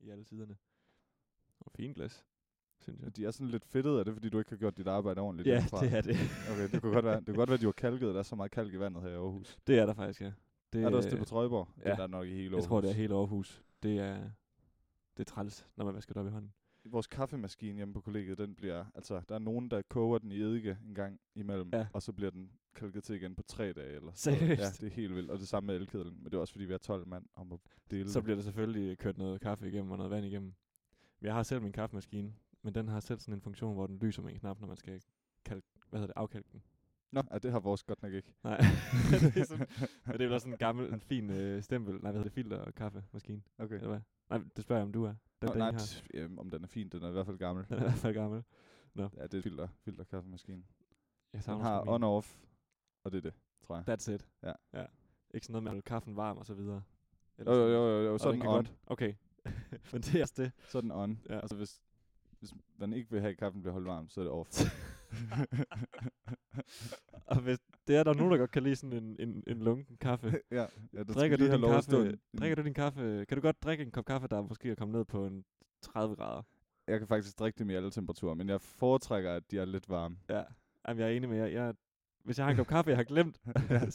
i alle siderne. Og fint glas, synes jeg. De er sådan lidt fedtede af det, fordi du ikke har gjort dit arbejde ordentligt. Ja, hjemmefra. det er det. Okay, det kunne godt være, det kunne godt være, de var kalket. Der er så meget kalk i vandet her i Aarhus. Det er der faktisk, ja. Det, er der også det på øh, Trøjborg? Ja. Det ja. er der nok i hele Aarhus. Jeg tror, det er helt Aarhus. Det er, det er træls, når man vasker det op i hånden. Vores kaffemaskine hjemme på kollegiet, den bliver... Altså, der er nogen, der koger den i eddike en gang imellem, Ja. og så bliver den kalket til igen på tre dage. Eller noget. Seriøst? Ja, det er helt vildt. Og det samme med elkedlen. Men det er også, fordi vi er 12 mand og må dele. Så bliver der selvfølgelig kørt noget kaffe igennem og noget vand igennem. Jeg har selv min kaffemaskine, men den har selv sådan en funktion, hvor den lyser med en knap, når man skal kalk, hvad hedder det, afkalke den. Nå, ja, det har vores godt nok ikke. Nej, det er sådan, men det er vel også sådan en gammel, en fin øh, stempel. Nej, hvad hedder det, filter og kaffemaskine, Okay. eller hvad? Nej, det spørger jeg, om du er. Den, Nå, den, nej, I har. pff, jamen, om den er fin, den er i hvert fald gammel. den er i hvert fald gammel. Ja, det er filter, filterkaffemaskinen. Jeg Den savner har sgu min. on-off, og det er det, tror jeg. That's it. Ja. ja. Ikke sådan noget med at holde kaffen varm og så videre. Jo, jo, jo, jo, jo. Og Så er den kan on. godt- Okay. men det er også det. Så er den on. Ja. Altså, hvis, hvis man ikke vil have, at kaffen bliver holdt varm, så er det off. og hvis det er der er nogen, der godt kan lide sådan en, en, en lunken kaffe, ja, ja, der drikker skal lige du, have din lov at stå kaffe, en- drikker du din kaffe? Kan du godt drikke en kop kaffe, der måske er kommet ned på en 30 grader? Jeg kan faktisk drikke dem i alle temperaturer, men jeg foretrækker, at de er lidt varme. Ja. Jamen, jeg er enig med jer. Jeg, hvis jeg har en kop kaffe, jeg har glemt,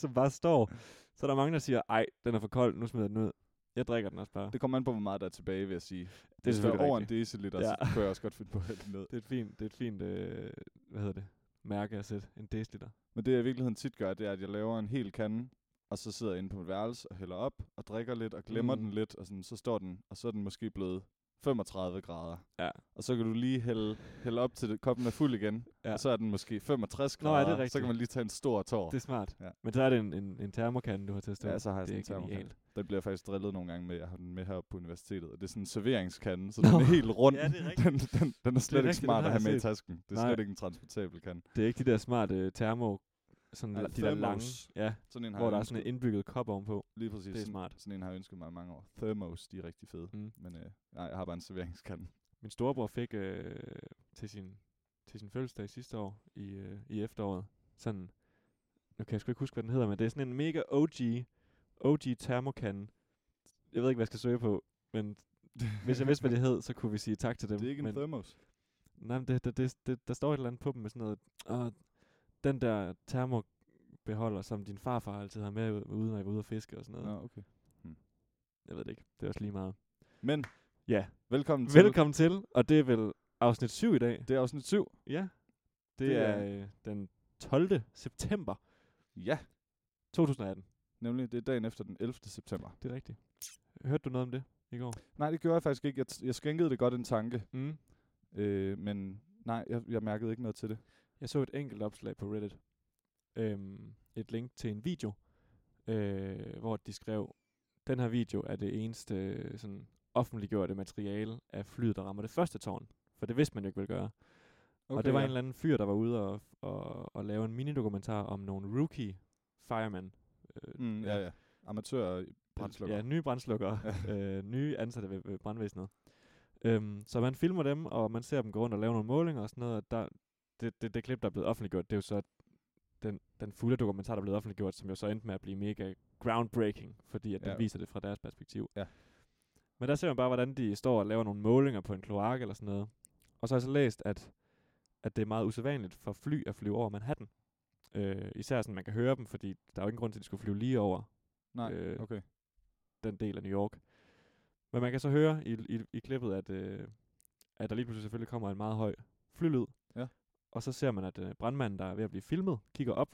som bare står, så er der mange, der siger, ej, den er for kold, nu smider jeg den ud. Jeg drikker den også bare. Det kommer an på, hvor meget der er tilbage, vil jeg sige. det er Hvis der selvfølgelig er over en rigtigt. deciliter, ja. Ja. så kunne jeg også godt finde på at hælde det ned. Det er et fint, det er et fint øh, hvad hedder det, mærke at sætte. En deciliter. Men det, jeg i virkeligheden tit gør, det er, at jeg laver en hel kande, og så sidder jeg inde på mit værelse og hælder op, og drikker lidt, og glemmer Mm. den lidt, og sådan, så står den, og så er den måske blevet 35 grader. Ja. Og så kan du lige hælde, hælde op til det, koppen er fuld igen, Ja. ja. og så er den måske 65 Nå, ja, det er grader, så rigtigt. kan man lige tage en stor tår. Det er smart. Ja. Men så er det en, en, en termokande, du har testet. ja, så har jeg det er sådan en termokan. genialt. Der bliver jeg faktisk drillet nogle gange med, jeg har den med her på universitetet, og det er sådan en serveringskande, så Nå. den er helt rund. Ja, det er rigtigt. den, den, den er slet ikke rigtigt, den smart har at jeg have med i set. tasken. Det er Nej. slet ikke en transportabel kande. Det er ikke de der smarte øh, termo, sådan Nej, la- de der lange, thermos. ja, Sådan en har hvor jeg der er ønsket- sådan en indbygget kop ovenpå. Lige præcis. Det er sådan- smart. Sådan en har jeg ønsket mig i mange år. Thermos, de er rigtig fede. Mm. Men øh, nej, jeg har bare en serveringskande. Min storebror fik øh, til, sin, til sin fødselsdag sidste år i, øh, i efteråret, sådan, nu kan jeg sgu ikke huske, hvad den hedder, men det er sådan en mega OG, OG termokande. Jeg ved ikke, hvad jeg skal søge på, men hvis jeg vidste, hvad det hed, så kunne vi sige tak til dem. det er ikke men, en thermos. Nej, men det, det, det, det, der står et eller andet på dem med sådan noget, og den der termobeholder, som din farfar altid har med ud- ude, når jeg var ude og fiske og sådan noget. Nå, okay. Jeg ved det ikke. Det er også lige meget. Men Ja, velkommen, til. velkommen til, og det er vel afsnit 7 i dag. Det er afsnit 7. Ja, det, Det det er- er øh, den 12. september Ja, 2018. nemlig det er dagen efter den 11. september. Det er rigtigt. Hørte du noget om det i går? Nej, det gjorde jeg faktisk ikke. Jeg, t- jeg skænkede det godt en tanke, Mm. øh, men nej, jeg, jeg mærkede ikke noget til det. Jeg så et enkelt opslag på Reddit. Øhm, et link til en video, øh, hvor de skrev, den her video er det eneste øh, sådan, offentliggjorte materiale af flyet, der rammer det første tårn. For det vidste man jo ikke ville gøre. Okay, og det var ja. en eller anden fyr, der var ude og, og, og lave en minidokumentar om nogle rookie firemen. Øh, Mm, ja, ja. Amatør brændslukker. Ja, Ja. nye brændslukkere. øh, nye ansatte ved, ved brandvæsenet. Øhm, så man filmer dem, og man ser dem gå rundt og lave nogle målinger og sådan noget. Og der, det, det, det klip, der er blevet offentliggjort, det er jo så den, den fulde dokumentar, der er blevet offentliggjort, som jo så endte med at blive mega groundbreaking, fordi at den Ja. viser det fra deres perspektiv. Ja. Men der ser man bare, hvordan de står og laver nogle målinger på en kloak eller sådan noget. Og så har jeg så læst, at, at det er meget usædvanligt for fly at flyve over Manhattan. Øh, især sådan, man kan høre dem, fordi der er jo ingen grund til, at de skulle flyve lige over Nej, øh, okay. den del af New York. Men man kan så høre i, i, i klippet, at, øh, at der lige pludselig selvfølgelig kommer en meget høj flylyd. Ja. Og så ser man, at øh, brandmanden, der er ved at blive filmet, kigger op,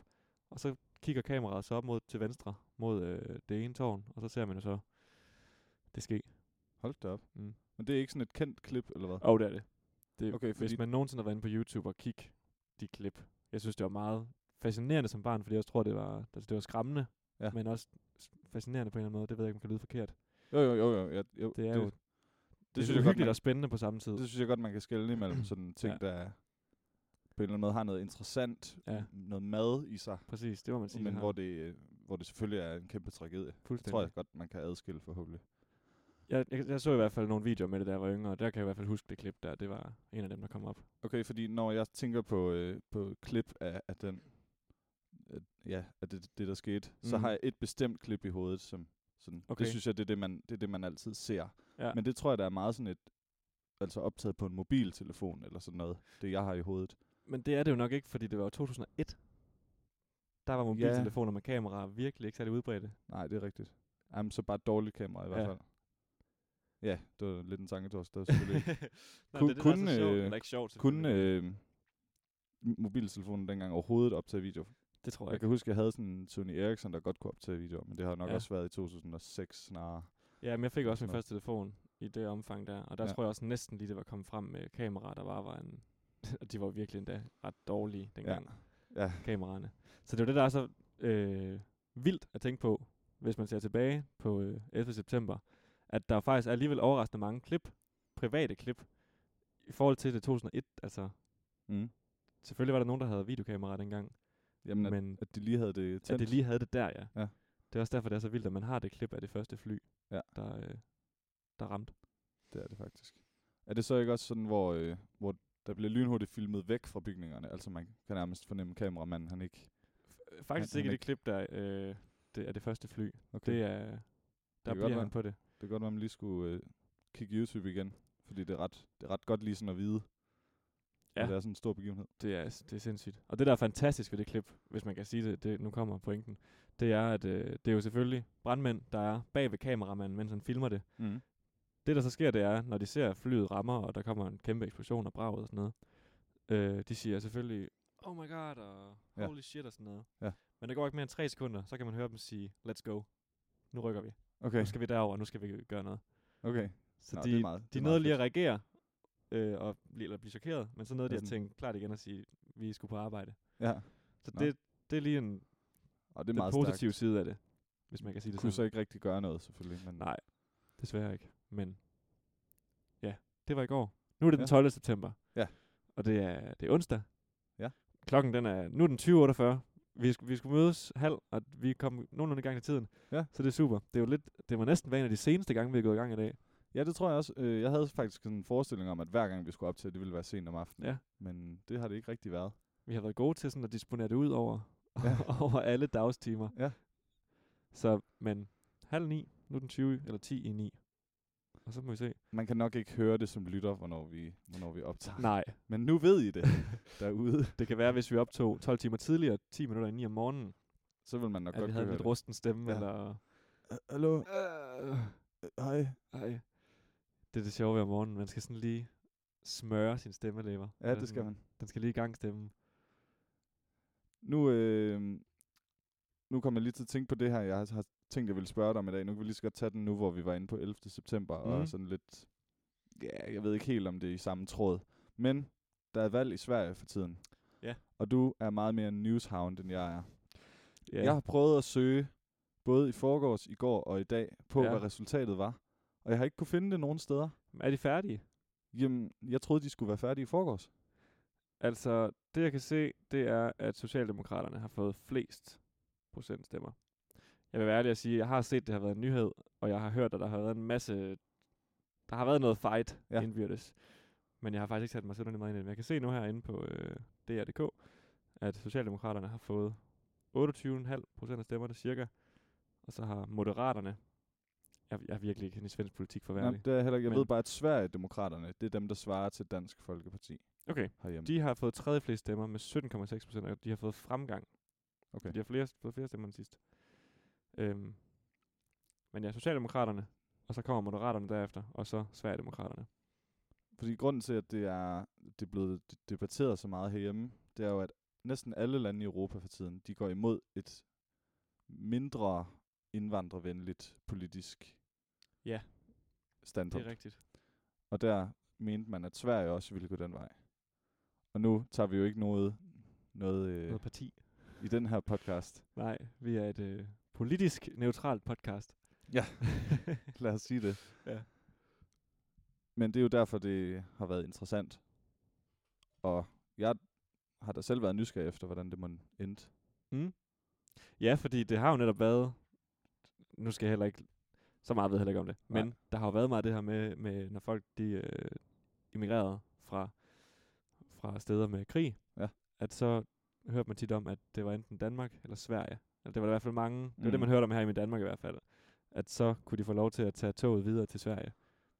og så kigger kameraet så op mod til venstre, mod øh, det ene tårn, og så ser man jo så det ske. Hold da op. Mm. Men det er ikke sådan et kendt klip, eller hvad? Og det er det. det Okay, okay, fordi- hvis man nogensinde har været inde på YouTube og kigge de klip, jeg synes, det var meget fascinerende som barn, fordi jeg også tror, det var, altså, det var skræmmende, Ja. men også fascinerende på en eller anden måde. Det ved jeg ikke, om det kan lyde forkert. Jo, jo, jo. jo, jo, jo. Det er jo det, det synes synes jeg er godt, hyggeligt man- og spændende på samme tid. Det synes jeg godt, man kan skælne imellem sådan ting, ja. Ja. der på en eller anden måde har noget interessant, ja. Ja. noget mad i sig, Præcis, det må man sige. men det har. hvor det, øh, hvor det selvfølgelig er en kæmpe tragedie. Det Fuldstændig. tror jeg godt, man kan adskille forhåbentlig. Jeg, jeg, jeg så i hvert fald nogle videoer med det, der var yngre, og der kan jeg i hvert fald huske det klip der. Det var en af dem, der kom op. Okay, fordi når jeg tænker på, øh, på klip af, af den, at, ja, af det, det, der skete, mm. så Mhm. har jeg et bestemt klip i hovedet, som sådan, okay. Okay. det synes jeg, det er det, man, det er det, man altid ser. Ja. Men det tror jeg, der er meget sådan et, altså optaget på en mobiltelefon eller sådan noget, det jeg har i hovedet. Men det er det jo nok ikke, fordi det var jo 2001. Der var mobiltelefoner med kameraer virkelig ikke særlig udbredte. Nej, det er rigtigt. Jamen, så bare et dårligt kamera i hvert Ja. fald. Ja, det var lidt en tanketorsk, der var selvfølgelig ikke. Nå, Kun- det, er det, der er kun, så sjovt, øh, eller ikke sjovt Kun selvfølgelig. øh, m- mobiltelefonen dengang overhovedet optage video. det tror jeg Jeg ikke. kan huske, jeg havde sådan en Sony Ericsson, der godt kunne optage video, men det har nok Ja. ja. også været i 2006 snarere. Ja, men jeg fik også min sådan noget. første telefon i det omfang der, og der Ja. tror jeg også næsten lige, det var kommet frem med kameraer, der bare var en... og de var virkelig endda ret dårlige dengang, Ja. Ja. kameraerne. Så det var det, der er så øh, vildt at tænke på, hvis man ser tilbage på øh, 11. september, at der faktisk er alligevel overraskende mange klip, private klip, i forhold til det 2001. Altså, Mm. selvfølgelig var der nogen, der havde videokameraer dengang, Jamen, at, men at de lige havde det at tændt. det lige havde det der, ja. Ja. Det er også derfor, det er så vildt, at man har det klip af det første fly, Ja. der, øh, der ramte. Det er det faktisk. Er det så ikke også sådan, hvor, øh, hvor der bliver lynhurtigt filmet væk fra bygningerne? Altså man kan nærmest fornemme kameramanden, han ikke... F- Øh, Faktisk Han- ikke han det ikke- klip, der øh, det er det første fly. Okay. Det er, der godt bliver være. han på det. Det er godt, at man lige skulle øh, kigge YouTube igen, fordi det er ret, det er ret godt lige sådan at vide, Ja. ja. det er sådan en stor begivenhed. Det er, det er sindssygt. Og det, der er fantastisk ved det klip, hvis man kan sige det, det nu kommer pointen, det er, at øh, det er jo selvfølgelig brandmænd, der er bag ved kameramanden, mens han filmer det. Mm. Det, der så sker, det er, når de ser at flyet rammer, og der kommer en kæmpe eksplosion og braget og sådan noget, øh, de siger selvfølgelig, oh my god, og Ja. holy shit og sådan noget. Ja. Men der går ikke mere end tre sekunder, så kan man høre dem sige, let's go, nu rykker vi. Okay, Nu skal vi derover, nu skal vi gøre noget. okay. Så Nå, de, det er meget, det de er nåede meget lige at fedt. reagere, øh, og, bli- eller blive chokeret, men så nåede de Ja, at sådan- tænke klart igen og sige, vi skulle på arbejde. Ja, Så Nå. det, det er lige en, og det er den meget positive stærkt. side af det, hvis man kan sige det kunne så sådan. ikke rigtig gøre noget, selvfølgelig. Men Nej. Desværre ikke, men ja, det var i går. Nu er det den Ja. 12. september. Ja. Og det er, det er onsdag. Ja. Klokken den er, nu er den 20.48. Vi, sk- vi skulle mødes halv, og vi kom nogenlunde i gang i tiden. Ja. Så det er super. Det, er jo lidt, det var næsten hver en af de seneste gange, vi er gået i gang i dag. Ja, det tror jeg også. Øh, jeg havde faktisk sådan en forestilling om, at hver gang vi skulle op til, det ville være sent om aftenen. Ja. Men det har det ikke rigtig været. Vi har været gode til sådan at disponere det ud over, Ja. over alle dagstimer. Ja. Så, men halv ni, nu er den 20, eller 10 i 9. Og så må vi se. Man kan nok ikke høre det som lytter, hvornår vi, hvornår vi optager. Nej, Men nu ved I det derude. det kan være, hvis vi optog 12 timer tidligere, 10 minutter i 9 om morgenen, Så vil man nok at godt vi havde en kunne lidt høre rusten stemme, ja. Ja. eller... det. Hallo? Øh, Hej. ej. Det er det sjove ved om morgenen. Man skal sådan lige smøre sin stemmelæber. Ja, det skal man. Den skal lige i gang stemmen. Nu, øh, nu kommer jeg lige til at tænke på det her, jeg har, har tænkt, jeg ville spørge dig om i dag. Nu kan vi lige så godt tage den nu, hvor vi var inde på 11. september, mm. Mhm. og sådan lidt... Ja, jeg ved ikke helt, om det er i samme tråd. Men der er valg i Sverige for tiden. Ja. Og du er meget mere newshound, end jeg er. Ja. Jeg har prøvet at søge, både i forgårs, i går og i dag, på Ja. ja. hvad resultatet var. Og jeg har ikke kunne finde det nogen steder. Er de færdige? Jamen, jeg troede, de skulle være færdige i forgårs. Altså, det jeg kan se, det er, at Socialdemokraterne har fået flest procentstemmer. Jeg vil være ærlig at sige, at jeg har set, at det har været en nyhed, og jeg har hørt, at der har været en masse... Der har været noget fight ja. Ja. indbyrdes. Men jeg har faktisk ikke sat mig sådan meget ind i det. Men jeg kan se nu herinde på øh, DR.dk, at Socialdemokraterne har fået 28,5 procent af stemmerne cirka. Og så har Moderaterne... Jeg, jeg er virkelig ikke inde i svensk politik for at være Jamen, ærlig. det er jeg heller ikke. Jeg Men- ved bare, at Sverigedemokraterne, det er dem, der svarer til Dansk Folkeparti Okay, herhjemme. de har fået tredje flest stemmer med 17,6 procent, og de har fået fremgang okay. De har flere, fået flere stemmer end sidst. Øhm, men ja, Socialdemokraterne, og så kommer Moderaterne derefter, og så Sverigedemokraterne. Fordi grunden til, at det er, det er blevet d- debatteret så meget herhjemme, det er jo, at næsten alle lande i Europa for tiden, de går imod et mindre indvandrervenligt politisk Ja, Det standpunkt. er rigtigt. og der mente man, at Sverige også ville gå den vej. Og nu tager vi jo ikke noget, noget, øh, Noget parti. i den her podcast. Nej, vi er et øh, politisk neutralt podcast. Ja. Lad os sige det. Ja. Men det er jo derfor, det har været interessant. Og jeg har da selv været nysgerrig efter, hvordan det må endte. ja, fordi det har jo netop været... Nu skal jeg heller ikke... Så meget ved jeg heller ikke om det. Nej. Men der har jo været meget det her med, med når folk de øh, immigrerede fra, fra steder med krig. Ja. At så hørte man tit om, at det var enten Danmark eller Sverige. Eller det var der i hvert fald mange. Det var det, Mm. man hørte om her i min Danmark i hvert fald. At så kunne de få lov til at tage toget videre til Sverige.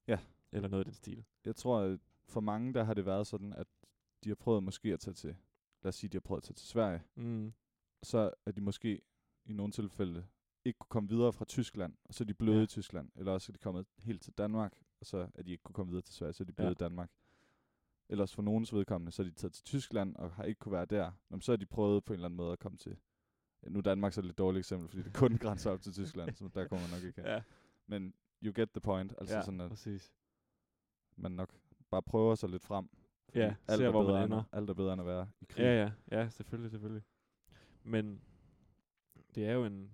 Ja. Eller noget i den stil. Jeg tror, at for mange, der har det været sådan, at de har prøvet måske at tage til, lad os sige, de har prøvet at tage til Sverige, Mm. så er de måske i nogle tilfælde ikke kunne komme videre fra Tyskland, og så er de blevet Ja. ja. i Tyskland, eller også er de kommet helt til Danmark, og så er de ikke kunne komme videre til Sverige, så er de blevet Ja. ja. i Danmark. Ellers for nogens vedkommende, så er de taget til Tyskland og har ikke kunne være der. Nå, men så har de prøvet på en eller anden måde at komme til. Nu er Danmark så et lidt dårligt eksempel, fordi det kun grænser op til Tyskland, så der kommer man nok ikke hen. Ja, Men you get the point. Altså ja sådan, at præcis. man nok bare prøver sig lidt frem. fordi Ja, ser, er hvor man bedre ender. End, alt er bedre end at være i krig. Ja, ja, ja, selvfølgelig, selvfølgelig. Men det er jo en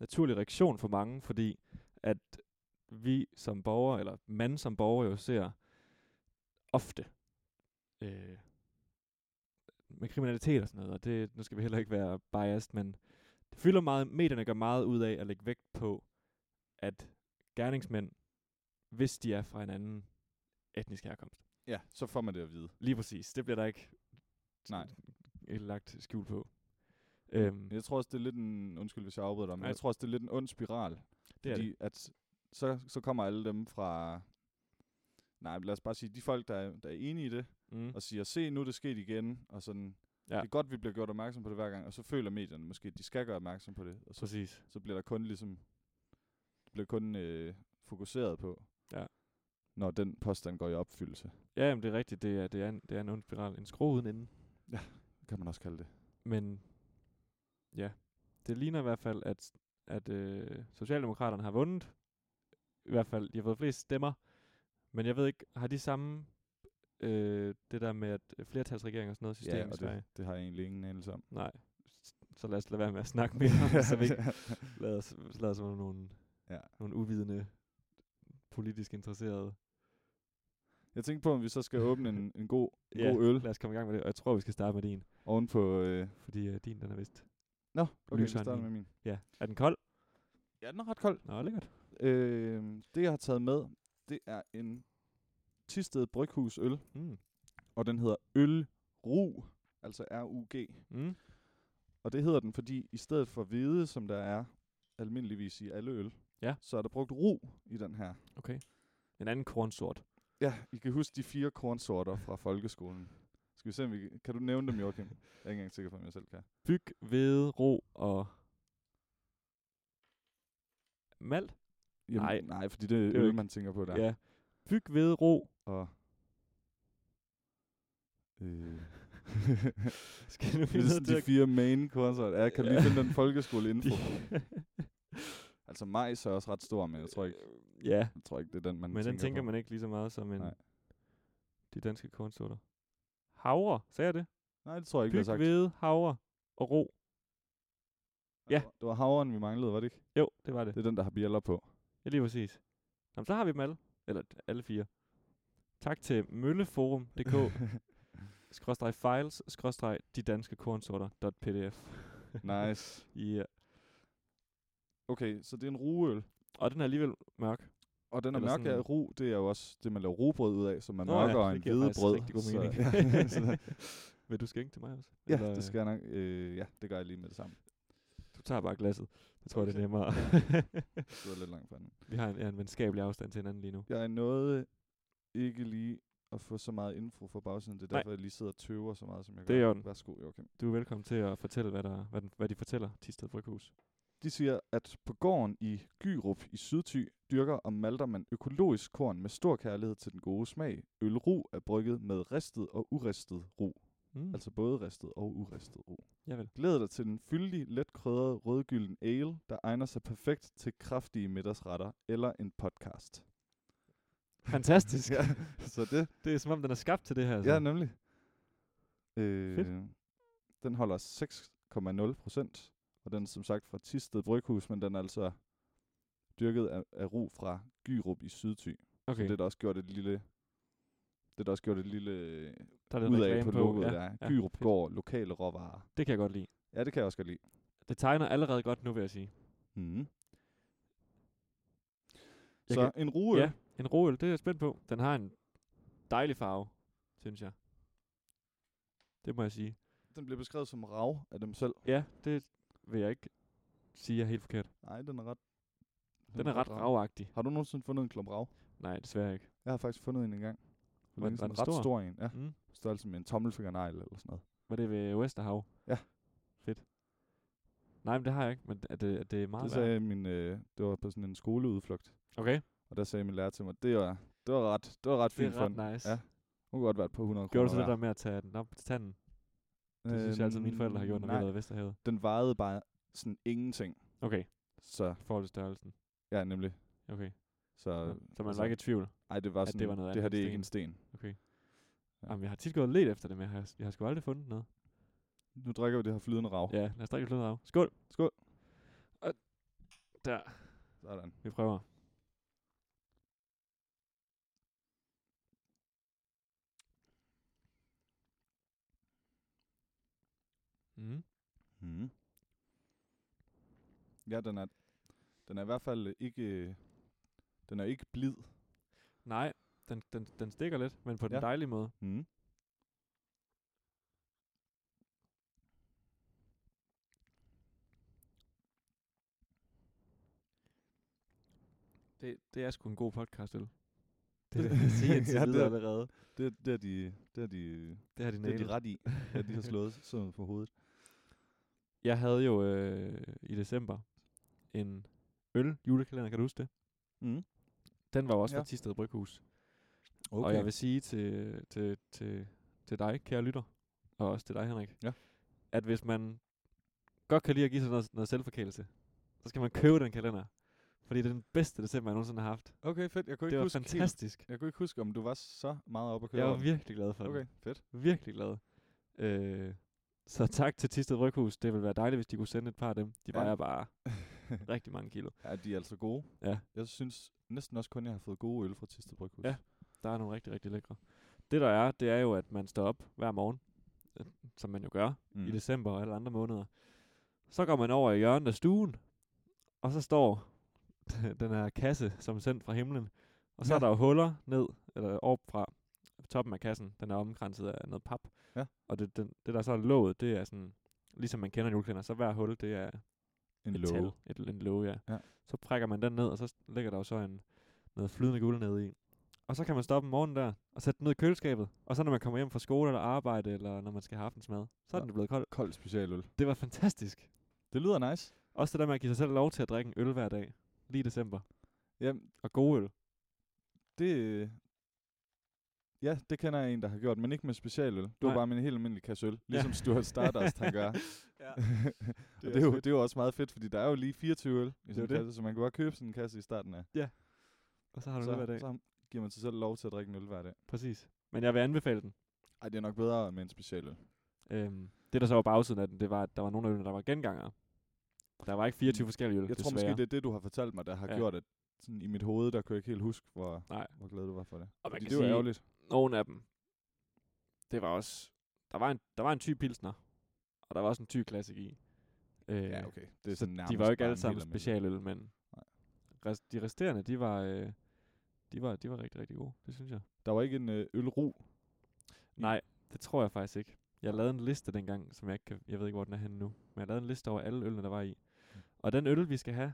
naturlig reaktion for mange, fordi at vi som borgere, eller man som borger jo ser ofte øh, med kriminalitet og sådan noget, og det, nu skal vi heller ikke være biased, men det fylder meget, medierne gør meget ud af at lægge vægt på, at gerningsmænd, hvis de er fra en anden etnisk herkomst, ja, så får man det at vide. Lige præcis. Det bliver der ikke Nej. øh, lagt skjul på. Øhm, Men jeg tror også, det er lidt en... Undskyld, hvis jeg afbryder dig, men Nej. jeg tror også, det er lidt en ond spiral. det er fordi det. at så, så kommer alle dem fra... Nej, lad os bare sige, de folk, der er, der er enige i det, Mm. og siger, se nu er det sket igen, og sådan... Ja. Ja. Det er godt, vi bliver gjort opmærksom på det hver gang, og så føler medierne måske, at de skal gøre opmærksom på det, og så, Præcis. så bliver der kun ligesom... Det bliver kun øh, fokuseret på, Ja. når den påstand går i opfyldelse, Ja, jamen, det er rigtigt. Det er, det er, en, det er en ond spiral. En skrå uden ende. kan man også kalde det. Men ja, det ligner i hvert fald, at, at øh, Socialdemokraterne har vundet. I hvert fald, de har fået flest stemmer. Men jeg ved ikke, har de samme... Øh, det der med at flertalsregering og sådan noget system ja, i og Sverige? det, det har jeg egentlig ingen anelse om. Nej. S- Så lad os lade være med at snakke mere om det, så vi ikke lader os, lader os som nogle, ja. Ja. nogle uvidende, politisk interesserede. Jeg tænkte på, om vi så skal åbne en, en god, en Ja, god øl Lad os komme i gang med det, og jeg tror, vi skal starte med din. ovenpå... Øh... Fordi øh, din, den er vist... Nå, okay, vi Lyseren starter i. med min. Ja. Er den kold? Ja, den er ret kold. Nå, lækkert. Øh, det, jeg har taget med, det er en Tisted Bryghus øl, Mm. og den hedder Øl Ru, altså R-U-G. Mm. Og det hedder den, fordi i stedet for hvide, som der er almindeligvis i alle øl, Ja. så er der brugt ru i den her. Okay. En anden kornsort. Ja, I kan huske de fire kornsorter fra folkeskolen. Skal vi se, om vi kan, kan du nævne dem, Joachim? Jeg er ikke engang sikker på, om jeg selv kan. Byg, hvede, ro og... Malt? Nej. nej, fordi det er Det er jo øl, ikke- man tænker på der. Ja. Byg, hvede, ro. Og øh, Skal nu det er sådan de fire main kornsorter. Ja, jeg kan lige Ja. finde den folkeskoleinfo. fire. Altså majs er også ret stor, men jeg tror ikke, ja, jeg tror ikke det er den, man men tænker den tænker på. man ikke lige så meget som en... Nej. De danske kornsorter. Havre, sagde jeg det? Nej, det tror jeg ikke, Byg, det er sagt. hvede, havre og ro. ja. Altså, Det var havren, vi manglede, var det ikke? Jo, det var det. Det er den, der har bjæller på. Ja, lige præcis. Jamen, så har vi dem alle. Eller d- alle fire. Tak til mølleforum.dk skråstreg files skråstreg de danske kornsorter.pdf. nice. yeah. Okay, så det er en rueøl. Og den er alligevel mørk. Og den er Eller mørk sådan- af ru, det er jo også det, man laver rugbrød ud af, som er Nå ja, mørkere det end giver hvide faktisk brød. rigtig god Så- mening. ja, så- Vil du skænke til mig også? ja, det skal jeg nok. Øh, ja, det gør jeg lige med det samme. Du tager bare glasset. Jeg tror, okay. det er Okay. nemmere. Jeg sidder lidt langt fra den. vi har en, ja, en venskabelig afstand til hinanden lige nu. Jeg nåede ikke lige at få så meget info fra bagsiden. Det er Nej. derfor, jeg lige sidder og tøver så meget, som jeg Det er i gør. orden. Værsgo, Joachim. Du er velkommen til at fortælle, hvad, der, hvad, den, hvad de fortæller, Tisted Bryghus. De siger, at på gården i Gyrup i Sydthy dyrker og malter man økologisk korn med stor kærlighed til den gode smag. Øl ru er brygget med ristet og uristet ro. Mm. Altså både ristet og uristet ro. Javel. Glæd dig til den fyldige, let krydrede, rødgylden ale, der egner sig perfekt til kraftige middagsretter eller en podcast. Fantastisk. ja, så det, Det er som om, den er skabt til det her. altså. ja nemlig. Øh, den holder 6,0 procent, og den er som sagt fra Tisted Bryghus, men den er altså dyrket af, af ro fra Gyrup i Sydthy. okay. Okay. Det er der også gjort et lille det er der også gjort et lille øh, der er lidt ud af reklame på logoet Ja, ja, der. ja, Ja, Gyrup fedt. går lokale råvarer. det kan jeg godt lide. Ja, det kan jeg også godt lide. Det tegner allerede godt nu, vil jeg sige. Mm. Jeg Så en rueøl. Ja, en roøl, det er jeg spændt på. Den har en dejlig farve, synes jeg. Det må jeg sige. Den bliver beskrevet som rav af dem selv. Ja, det vil jeg ikke sige er helt forkert. Nej, den er ret... Den er ret ravagtig. Har du nogensinde fundet en klump rav? Nej, desværre ikke. Jeg har faktisk fundet en engang. For Var den- længe var siden. den stor? ret stor en. Ja, Mm. på størrelse med en tommelfingernegl eller sådan noget. Var det ved Vesterhav? Ja. Fedt. Nej, men det har jeg ikke, men at det, at det er meget Det værre. sagde min, øh, det var på sådan en skoleudflugt. Okay, Og der sagde min lærer til mig, det var, det var ret, det var ret det fint er ret fun. nice. Ja, Hun kunne godt være på 100 Gjorde kroner du så det værd. Øhm, der med at tage den op til tanden? Det synes jeg altid, mine forældre har gjort, når vi nej, har været i Vesterhavet. den vejede bare sådan ingenting. Okay, Så, i forhold til størrelsen. ja, ja nemlig. Okay, Så, så, så man altså, var ikke i tvivl. Ej, det var at det sådan, var noget det her andet det er end ikke en sten. Okay. Ja. Jamen, jeg har tit gået lidt efter det, men jeg har, jeg har sgu aldrig fundet noget. Nu drikker vi det her flydende rav. Ja, lad os drikke lidt af. Skål. Skål. Og der. Sådan. Vi prøver. Mm. Mm. Ja, den er, den er i hvert fald ikke, øh, den er ikke blid. Nej, den, den, den stikker lidt, men på den Ja. dejlige måde. Mm. Det, det er sgu en god podcast, øl. Det vil jeg sige indtil ja, videre det, allerede. Det, det er de, det er de, Det har de det er nailet. de ret i, at de har slået sømmet på hovedet. Jeg havde jo øh, i december en øl julekalender, kan du huske det? Mm. Den var jo også ja. Ja. fra Tisted Bryghus. Okay. Og jeg vil sige til, til, til, til dig, kære lytter, og også til dig, Henrik, Ja. at hvis man godt kan lide at give sig noget, noget selvforkælelse, så skal man købe den kalender. Fordi det er den bedste december, jeg nogensinde har haft. okay, fedt. Jeg kunne Det ikke var huske fantastisk. Helt, jeg kunne ikke huske, om du var så meget oppe at køre. Jeg var over den. virkelig glad for Okay, den. fedt. Virkelig glad. Øh, så tak til Tisted Bryghus. Det ville være dejligt, hvis de kunne sende et par af dem. De Ja. vejer bare rigtig mange kilo. Ja, de er altså gode. Ja. Jeg synes næsten også kun, jeg har fået gode øl fra Tisted Bryghus. Ja. Der er nogle rigtig, rigtig lækre. Det der er, det er jo, at man står op hver morgen, øh, som man jo gør, mm. i december og alle andre måneder. Så går man over i hjørnet af stuen, og så står den her kasse, som er sendt fra himlen. Og så ja. Ja. er der jo huller ned, eller op fra toppen af kassen. Den er omkranset af noget pap. Ja. Og det, den, det, der så er låget, det er sådan, ligesom man kender en julekalender, så hver hul, det er en et låge. tal, et, en låge, ja. Ja. Så prikker man den ned, og så s- ligger der jo så en, noget flydende guld nede i. Og så kan man stoppe om morgenen der, og sætte den ned i køleskabet. Og så når man kommer hjem fra skole eller arbejde, eller når man skal have aftensmad, så er Nå. den blevet kold. Kold specialøl. Det var fantastisk. Det lyder nice. Også det der med at give sig selv lov til at drikke en øl hver dag. Lige i december. Jamen, Og god øl. det... øh, Ja, det kender jeg en, der har gjort, men ikke med specialøl. Det var Nej. bare min helt almindelige kasse øl, ligesom ja. Stuart Stardust, han gør. ja. Det og det er, jo, det er jo også meget fedt, fordi der er jo lige 24 øl i er sådan en det. kasse, så man kan bare købe sådan en kasse i starten af. Og så har du så, det hver dag. så giver man sig selv lov til at drikke en øl hver dag. Præcis. Men jeg vil anbefale den. Ej, det er nok bedre med en specialøl. Øhm, det der så var bagsiden af den, det var, at der var nogle af ølene, der var genganger. Der var ikke 24 forskellige øl, Mm. Jeg tror desværre. måske, det er det, du har fortalt mig, der har Ja. ja. gjort, at sådan i mit hoved, der kan jeg ikke helt huske, hvor, Nej. hvor glad du var for det. Og man Fordi kan det var sige, ærgerligt. nogle af dem, det var også... Der var en, der var en ty pilsner, og der var også en ty klassik i. Øh, Ja, okay. Det er så sådan de nærmest var jo ikke bare alle en sammen helt almindelig- specialøl, men Nej. rest, de resterende, de var, øh, de, var, de var rigtig, rigtig gode. Det synes jeg. Der var ikke en øh, ølru. Nej, det tror jeg faktisk ikke. Jeg lavede en liste dengang, som jeg ikke kan, jeg ved ikke, hvor den er henne nu. Men jeg lavede en liste over alle ølene, der var i. Og den øl, vi skal have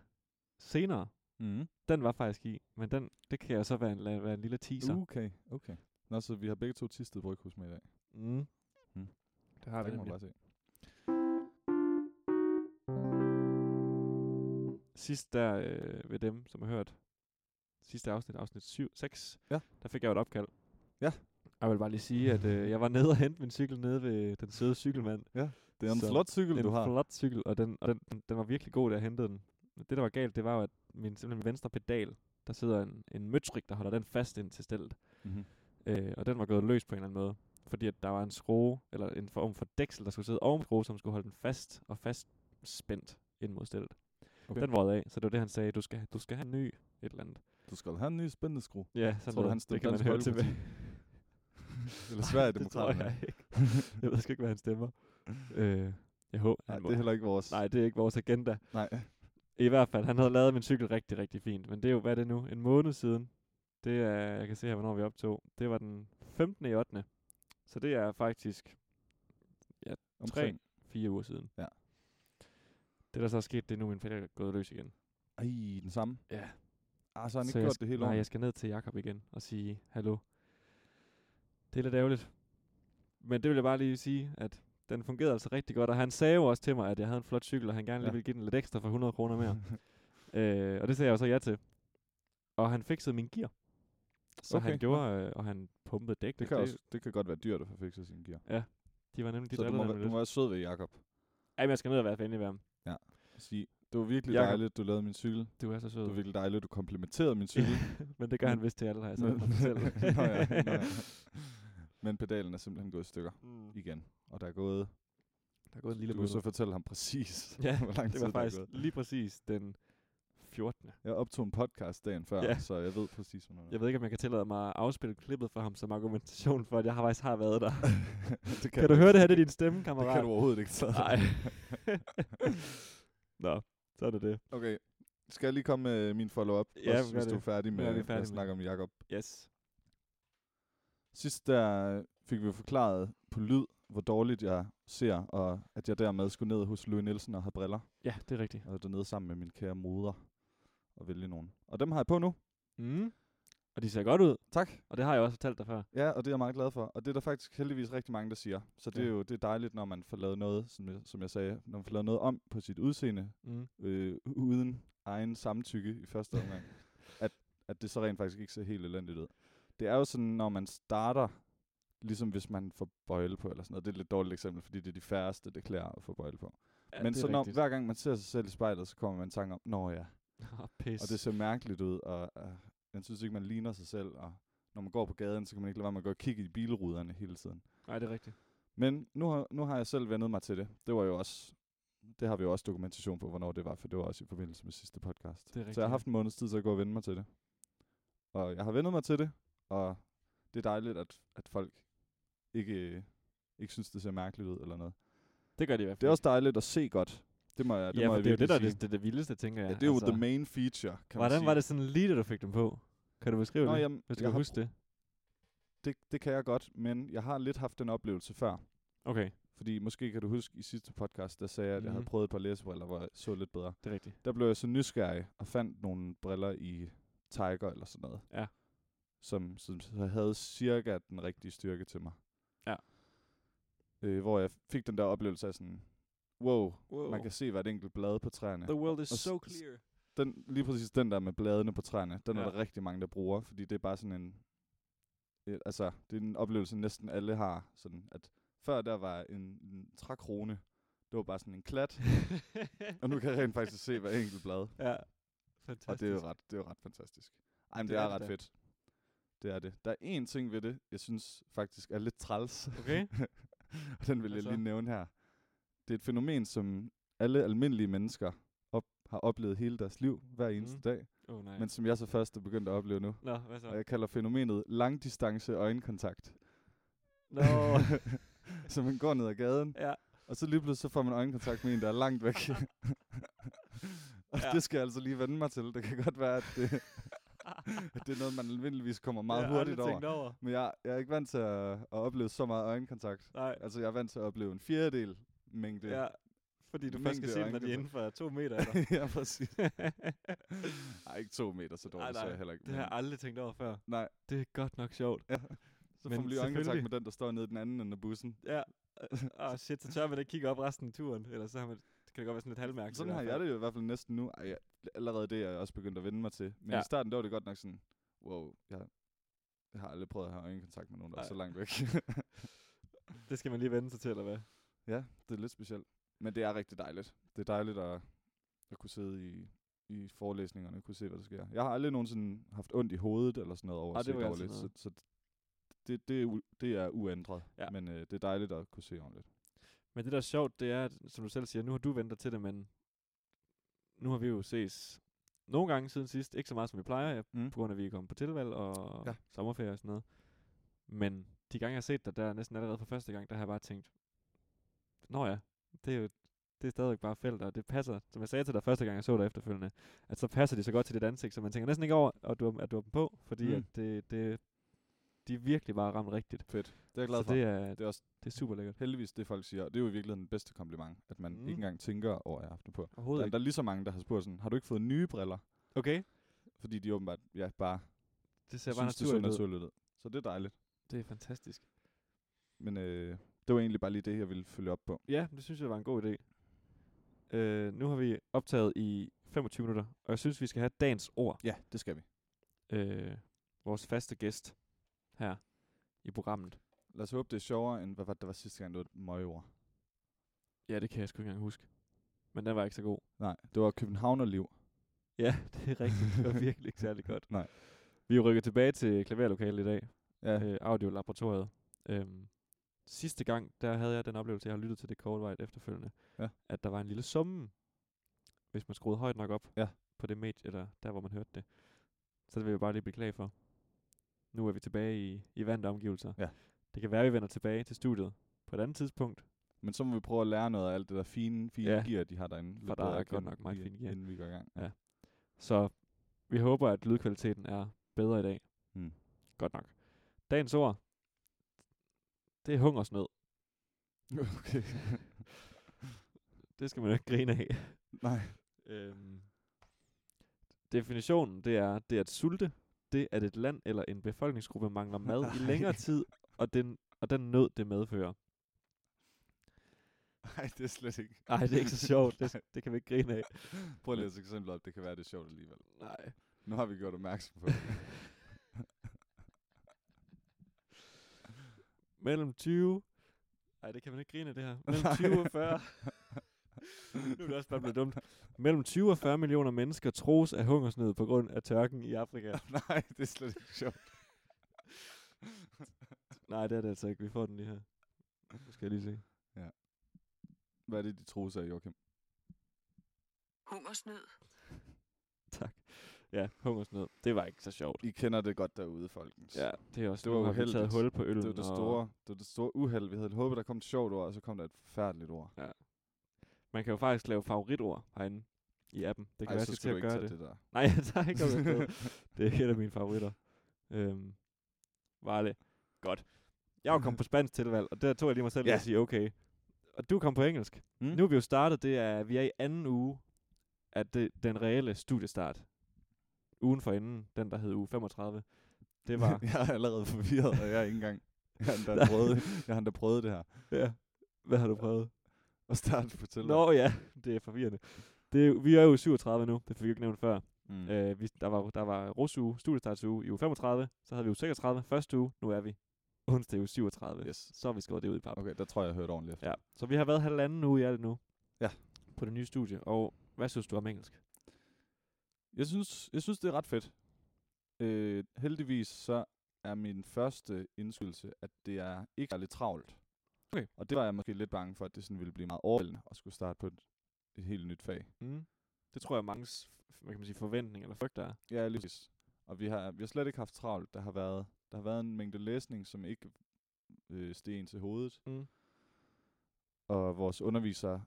senere, Mm. den var faktisk i. Men den, det kan jo så være en, la- være en lille teaser. Okay, okay. Nå, så vi har begge to Tisted Bryghus med i dag. Mm. Mm. Det har det kan man bare se. sidst der øh, ved dem, som har hørt sidste afsnit, afsnit 7, 6, Ja. der fik jeg jo et opkald. Ja. Og jeg vil bare lige sige, at øh, jeg var nede og hente min cykel nede ved den søde cykelmand. Det er en Så, flot cykel, en du har. flot cykel, og, den, og den, den, den var virkelig god, da jeg hentede den. Det, der var galt, det var jo, at min, simpelthen min venstre pedal, der sidder en, en møtrik, der holder den fast ind til stillet. Mm-hmm. Øh, og den var gået løs på en eller anden måde. Fordi at der var en skrue, eller en form for dæksel, der skulle sidde oven på skrue, som skulle holde den fast og fast spændt ind mod stillet. Okay. Okay. Den var af, så det var det, han sagde, du skal, du skal have en ny et eller andet. Du skal have en ny spændende skru. Ja, sådan Tror du, noget. han det stemte kan man Dansk høre tilbage. Eller Sverige det tror Demokraterne. jeg ikke. Jeg ved sgu ikke, hvad han stemmer. øh, jeg håber, Nej, han det er heller ikke vores. Nej, det er ikke vores agenda. Nej. I hvert fald, han havde lavet min cykel rigtig, rigtig fint. Men det er jo, hvad er det nu? En måned siden. Det er, jeg kan se her, hvornår vi optog. Det var den 15. i 8. Så det er faktisk Omkring. fire uger siden. Ja. Det, der så er sket, det er nu, min fælder er gået løs igen. Ej, den samme. Ja. Ah, så har han Så ikke jeg gjort sk- det hele Nej, jeg ordentligt. skal ned til Jakob igen og sige hallo. Det er lidt ærgerligt. Men det vil jeg bare lige sige, at den fungerede altså rigtig godt. Og han sagde jo også til mig, at jeg havde en flot cykel, og han gerne lige Ja. ville give den lidt ekstra for 100 kroner mere. øh, og det sagde jeg jo så ja til. Og han fikset min gear. Så okay, han Okay, gjorde, øh, og han pumpede dæk. Det kan, også, det kan godt være dyrt at få fikset sine gear. De var nemlig de Så du drillede må, nemlig være- du lidt. må være sød ved Jakob. Jamen, jeg skal ned og være venlig ved ham. og Sige, det var virkelig Jakob. dejligt, du lavede min cykel. Du er så sød. Det var virkelig dejligt, du komplimenterede min cykel. Men det gør han vist til alle, har Altså, jeg sagt Men- mig selv. Nå ja, nå ja. Men pedalen er simpelthen gået i stykker Mm. igen. Og der er gået... Der er gået en lille Lille du kan måned. så fortælle ham præcis, Ja, hvor Det lang tid var der er faktisk gået. lige præcis den 14. Jeg optog en podcast dagen før, Ja. ja. så jeg ved præcis, hvornår det Jeg ved ikke, om jeg kan tillade mig at afspille klippet for ham som argumentation for, at jeg har faktisk har været der. Kan, er. det kan du ikke. høre det her? Det er din stemme, Det kammerat. kan du overhovedet ikke. Så. Nej. Nå, så er det det. Okay, skal jeg lige komme med min follow-up, Ja, også, gør hvis du er det. færdig er med, vi med færdige at med. snakke om Jakob. Yes. Sidst der fik vi jo forklaret på lyd, hvor dårligt jeg ser, og at jeg dermed skulle ned hos Louis Nielsen og have briller. Ja, det er rigtigt. Jeg var dernede sammen med min kære moder og vælge nogen. Og dem har jeg på nu. Mm. Og de ser godt ud, Tak. og det har jeg også fortalt dig før. Ja, og det er jeg meget glad for. Og det er der faktisk heldigvis rigtig mange, der siger. Så det Ja. er jo det er dejligt, når man får lavet noget, som jeg, som jeg sagde, når man får lavet noget om på sit udseende, Mm. øh, uden egen samtykke i første omgang, at, at det så rent faktisk ikke ser helt elendigt ud. Det er jo sådan, når man starter, ligesom hvis man får bøjle på eller sådan noget. Det er et lidt dårligt eksempel, fordi det er de færreste, der klæder at få bøjle på. Ja, Men det er så når, rigtigt. hver gang man ser sig selv i spejlet, så kommer man i tanke om, nå ja, Åh, pis. og det ser mærkeligt ud, og øh, man synes ikke, man ligner sig selv, og når man går på gaden, så kan man ikke lade være med at gå og kigge i bilruderne hele tiden. Nej, det er rigtigt. Men nu har, nu har jeg selv vendet mig til det. Det var jo også, det har vi jo også dokumentation på, hvornår det var, for det var også i forbindelse med sidste podcast. Det er rigtigt. Så jeg har haft en måneds tid til at gå og vende mig til det. Og jeg har vendet mig til det, og det er dejligt, at, at folk ikke, øh, ikke synes, det ser mærkeligt ud eller noget. Det gør de i hvert fald. Det er også dejligt at se godt. Det må jeg, det ja, må for jeg det er jo det, virkelig der er sige. det, det, er det vildeste, tænker jeg. Altså, ja, det er jo the main feature, kan man Hvordan sige. var det sådan lige, da du fik dem på? Kan du beskrive Nå, det, jamen, hvis du jeg kan har huske det? det, det kan jeg godt, men jeg har lidt haft den oplevelse før. Okay, Fordi måske kan du huske i sidste podcast, der sagde jeg, at jeg havde Mhm. prøvet et par læsebriller, hvor jeg så lidt bedre. det er rigtigt. Der blev jeg så nysgerrig og fandt nogle briller i Tiger eller sådan noget. Ja. Som, som så havde cirka den rigtige styrke til mig. Ja. Øh, hvor jeg fik den der oplevelse af sådan, wow, Wow. man kan se hvert enkelt blad på træerne. The world is Og s- so so s- clear. Den, lige præcis den der med bladene på træerne, den ja. Ja. er der rigtig mange, der bruger, fordi det er bare sådan en, øh, altså, det er en oplevelse, næsten alle har, sådan at før der var en, en trækrone, det var bare sådan en klat, og nu kan jeg rent faktisk se hver enkelt blad. Ja. Og Fantastisk. det er jo ret, det er jo ret fantastisk. Ej, men Det det, er det det er ret da. fedt. Det er det. Der er én ting ved det, jeg synes faktisk er lidt træls, Okay. og den vil Hvad jeg så? lige nævne her. Det er et fænomen, som alle almindelige mennesker op, har oplevet hele deres liv, hver eneste Mhm. mm. dag, Oh, nej. men som jeg så først er begyndt at opleve nu. Nå, hvad så? Og jeg kalder fænomenet langdistance øjenkontakt. Nå. så man går ned ad gaden, ja. og så lige pludselig så får man øjenkontakt med en, der er langt væk. og Ja. ja. det skal jeg altså lige vende mig til. Det kan godt være, at det, at det er noget, man almindeligvis kommer meget jeg ja, har hurtigt aldrig over. tænkt over. Men jeg, jeg er ikke vant til at, at opleve så meget øjenkontakt. Nej. Altså, jeg er vant til at opleve en fjerdedel mængde. Ja. Fordi du først skal mængde se dem, når de er øjenkontakt. inden for to meter. Eller? ja, præcis. Ej, ikke to meter så dårligt, så nej. er jeg heller ikke. det har jeg aldrig tænkt over før. Nej. Det er godt nok sjovt. så får men man lige øjenkontakt selvfølgelig. med den, der står nede i den anden ende af bussen. Ja. Åh, oh, shit, så tør man ikke kigge op resten af turen. Ellers så har man, det kan det godt være sådan lidt halvmærket. i Sådan har hvert jeg fald. det jo i hvert fald næsten nu. Ej, jeg, allerede det er jeg også begyndt at vende mig til. Men Ja. ja. i starten, der var det godt nok sådan, wow, jeg, jeg har aldrig prøvet at have øjenkontakt med nogen, der Nej. er så langt væk. Det skal man lige vende sig til, eller hvad? ja, det er lidt specielt. Men det er rigtig dejligt. Det er dejligt at, at kunne sidde i, i forelæsningerne og kunne se, hvad der sker. Jeg har aldrig nogensinde haft ondt i hovedet eller sådan noget over Ej, at det se var altid dårligt. Så, så det, det, er u, det er uændret. Ja. Ja. Men øh, det er dejligt at kunne se ordentligt. Men det der er sjovt, det er, at, som du selv siger, nu har du ventet til det, men nu har vi jo ses nogle gange siden sidst. Ikke så meget, som vi plejer, ja, Mm. på grund af, at vi er kommet på tilvalg og ja. Ja. sommerferie og sådan noget. Men de gange, jeg har set dig, der er næsten allerede for første gang, der har jeg bare tænkt, Nå ja, det er jo det er stadigvæk bare felter, og det passer, som jeg sagde til dig første gang, jeg så dig efterfølgende, at så passer de så godt til dit ansigt, så man tænker næsten ikke over, at du, har- at du har dem på, fordi mm. Mm. at det, det, de er virkelig bare ramt rigtigt. Fedt. Det er jeg glad så for. det er, det er også det er super lækkert. heldigvis det, folk siger. Og det er jo i virkeligheden den bedste kompliment, at man Mm. mm. ikke engang tænker over, at jeg har haft det på. Overhovedet Der, der er lige så mange, der har spurgt sådan, har du ikke fået nye briller? Okay. Fordi de åbenbart ja, bare Det ser bare synes, det så naturligt ud. naturligt ud. Så det er dejligt. Det er fantastisk. Men øh, det var egentlig bare lige det, jeg ville følge op på. Ja, det synes jeg var en god idé. Øh, nu har vi optaget i 25 minutter, og jeg synes, vi skal have dagens ord. Ja, det skal vi. Øh, vores faste gæst her i programmet. Lad os håbe, det er sjovere, end hvad var det, der var sidste gang, det var et møgeord. Ja, det kan jeg sgu ikke engang huske. Men den var ikke så god. Nej, det var Københavnerliv. Ja, det er rigtigt. Det var virkelig ikke særlig godt. Nej. Vi er jo rykket tilbage til klaverlokalet i dag. Ja, øh, audiolaboratoriet. Øhm, sidste gang, der havde jeg den oplevelse, jeg har lyttet til det kortvejt efterfølgende, Ja. at der var en lille summe, hvis man skruede højt nok op Ja. på det medie, eller der, hvor man hørte det. Så det vil jeg bare lige beklage for. Nu er vi tilbage i, i vante omgivelser. Ja. Det kan være, at vi vender tilbage til studiet på et andet tidspunkt. men så må vi prøve at lære noget af alt det der fine, fine Ja. ja. gear, de har derinde. lidt der er bedre, godt inden nok meget vi- fine gear. Inden vi går i gang. Ja. Så vi håber, at lydkvaliteten er bedre i dag. Mm. Godt nok. Dagens ord, det er hungersnød. Okay. Det skal man jo ikke grine af. Nej. Øhm. Definitionen, det er, det er at sulte, det at et land eller en befolkningsgruppe mangler mad i længere Ej. tid, og den, og den nød, det medfører. Nej, det er slet ikke. Nej, det er ikke så sjovt. Det, det kan vi ikke grine af. Prøv at læse et eksempel op, det kan være, det er sjovt alligevel. Nej. Nu har vi gjort opmærksom på det. Mellem 20... Nej, det kan man ikke grine af, det her. Mellem 20 og 40... nu er det også bare blevet dumt. Mellem 20 og 40 millioner mennesker troes af hungersnød på grund af tørken i Afrika. Nej, det er slet ikke sjovt. Nej, det er det altså ikke. Vi får den lige her. Nu skal jeg lige se. Hvad er det, de tror sig, Joachim? Hungersnød. Tak. Ja, hungersnød. Det var ikke så sjovt. I kender det godt derude, folkens. Ja, det er også Det det var var nu har vi taget uheldigt. hul på øllen. Det var det og store, det var det store uheld. Vi havde håbet, der kom et sjovt ord, og så kom der et forfærdeligt ord. Man kan jo faktisk lave favoritord herinde i appen. Det kan Ej, være, så jeg skal skal du til at ikke gøre tage det. det der. Nej, jeg tager ikke om det. Det er et af mine favoritter. Øhm, Vale. Godt. Jeg var kommet på spansk tilvalg, og der tog jeg lige mig selv ja. Ja. at sige okay. Og du kom på engelsk. Mm. Nu er vi jo startet, det er, vi er i anden uge af det, den reelle studiestart. Ugen for inden, den der hed uge 35. Det var jeg er allerede forvirret, og jeg er ikke engang... Jeg har endda Nej. prøvet, jeg har endda prøvet det her. ja. Hvad har du prøvet? Og starte på til. Nå ja, det er forvirrende. Det, er jo- vi er jo i 37 nu, det fik vi ikke nævnt før. Mm. Mm. Øh, vi, der var, der var rusuge, studiestartsuge i uge 35, så havde vi uge 36, første uge, nu er vi onsdag i uge 37. Yes. Så har vi skrevet det ud i pap. Okay, der tror jeg, jeg hørte ordentligt efter. Ja. Så vi har været halvanden uge i alt nu. Ja. På det nye studie. Og hvad synes du om engelsk? Jeg synes, jeg synes det er ret fedt. Øh, heldigvis så er min første indskydelse, at det er ikke særlig travlt. Okay. Og det var jeg måske lidt bange for, at det sådan ville blive meget overvældende at skulle starte på et, et helt nyt fag. Mm. Det tror jeg mangens hvad kan man sige, forventning eller frygt er. Ja, lige præcis. Og vi har, vi har slet ikke haft travlt. Der har været, der har været en mængde læsning, som ikke øh, steg ind til hovedet. Mm. Og vores underviser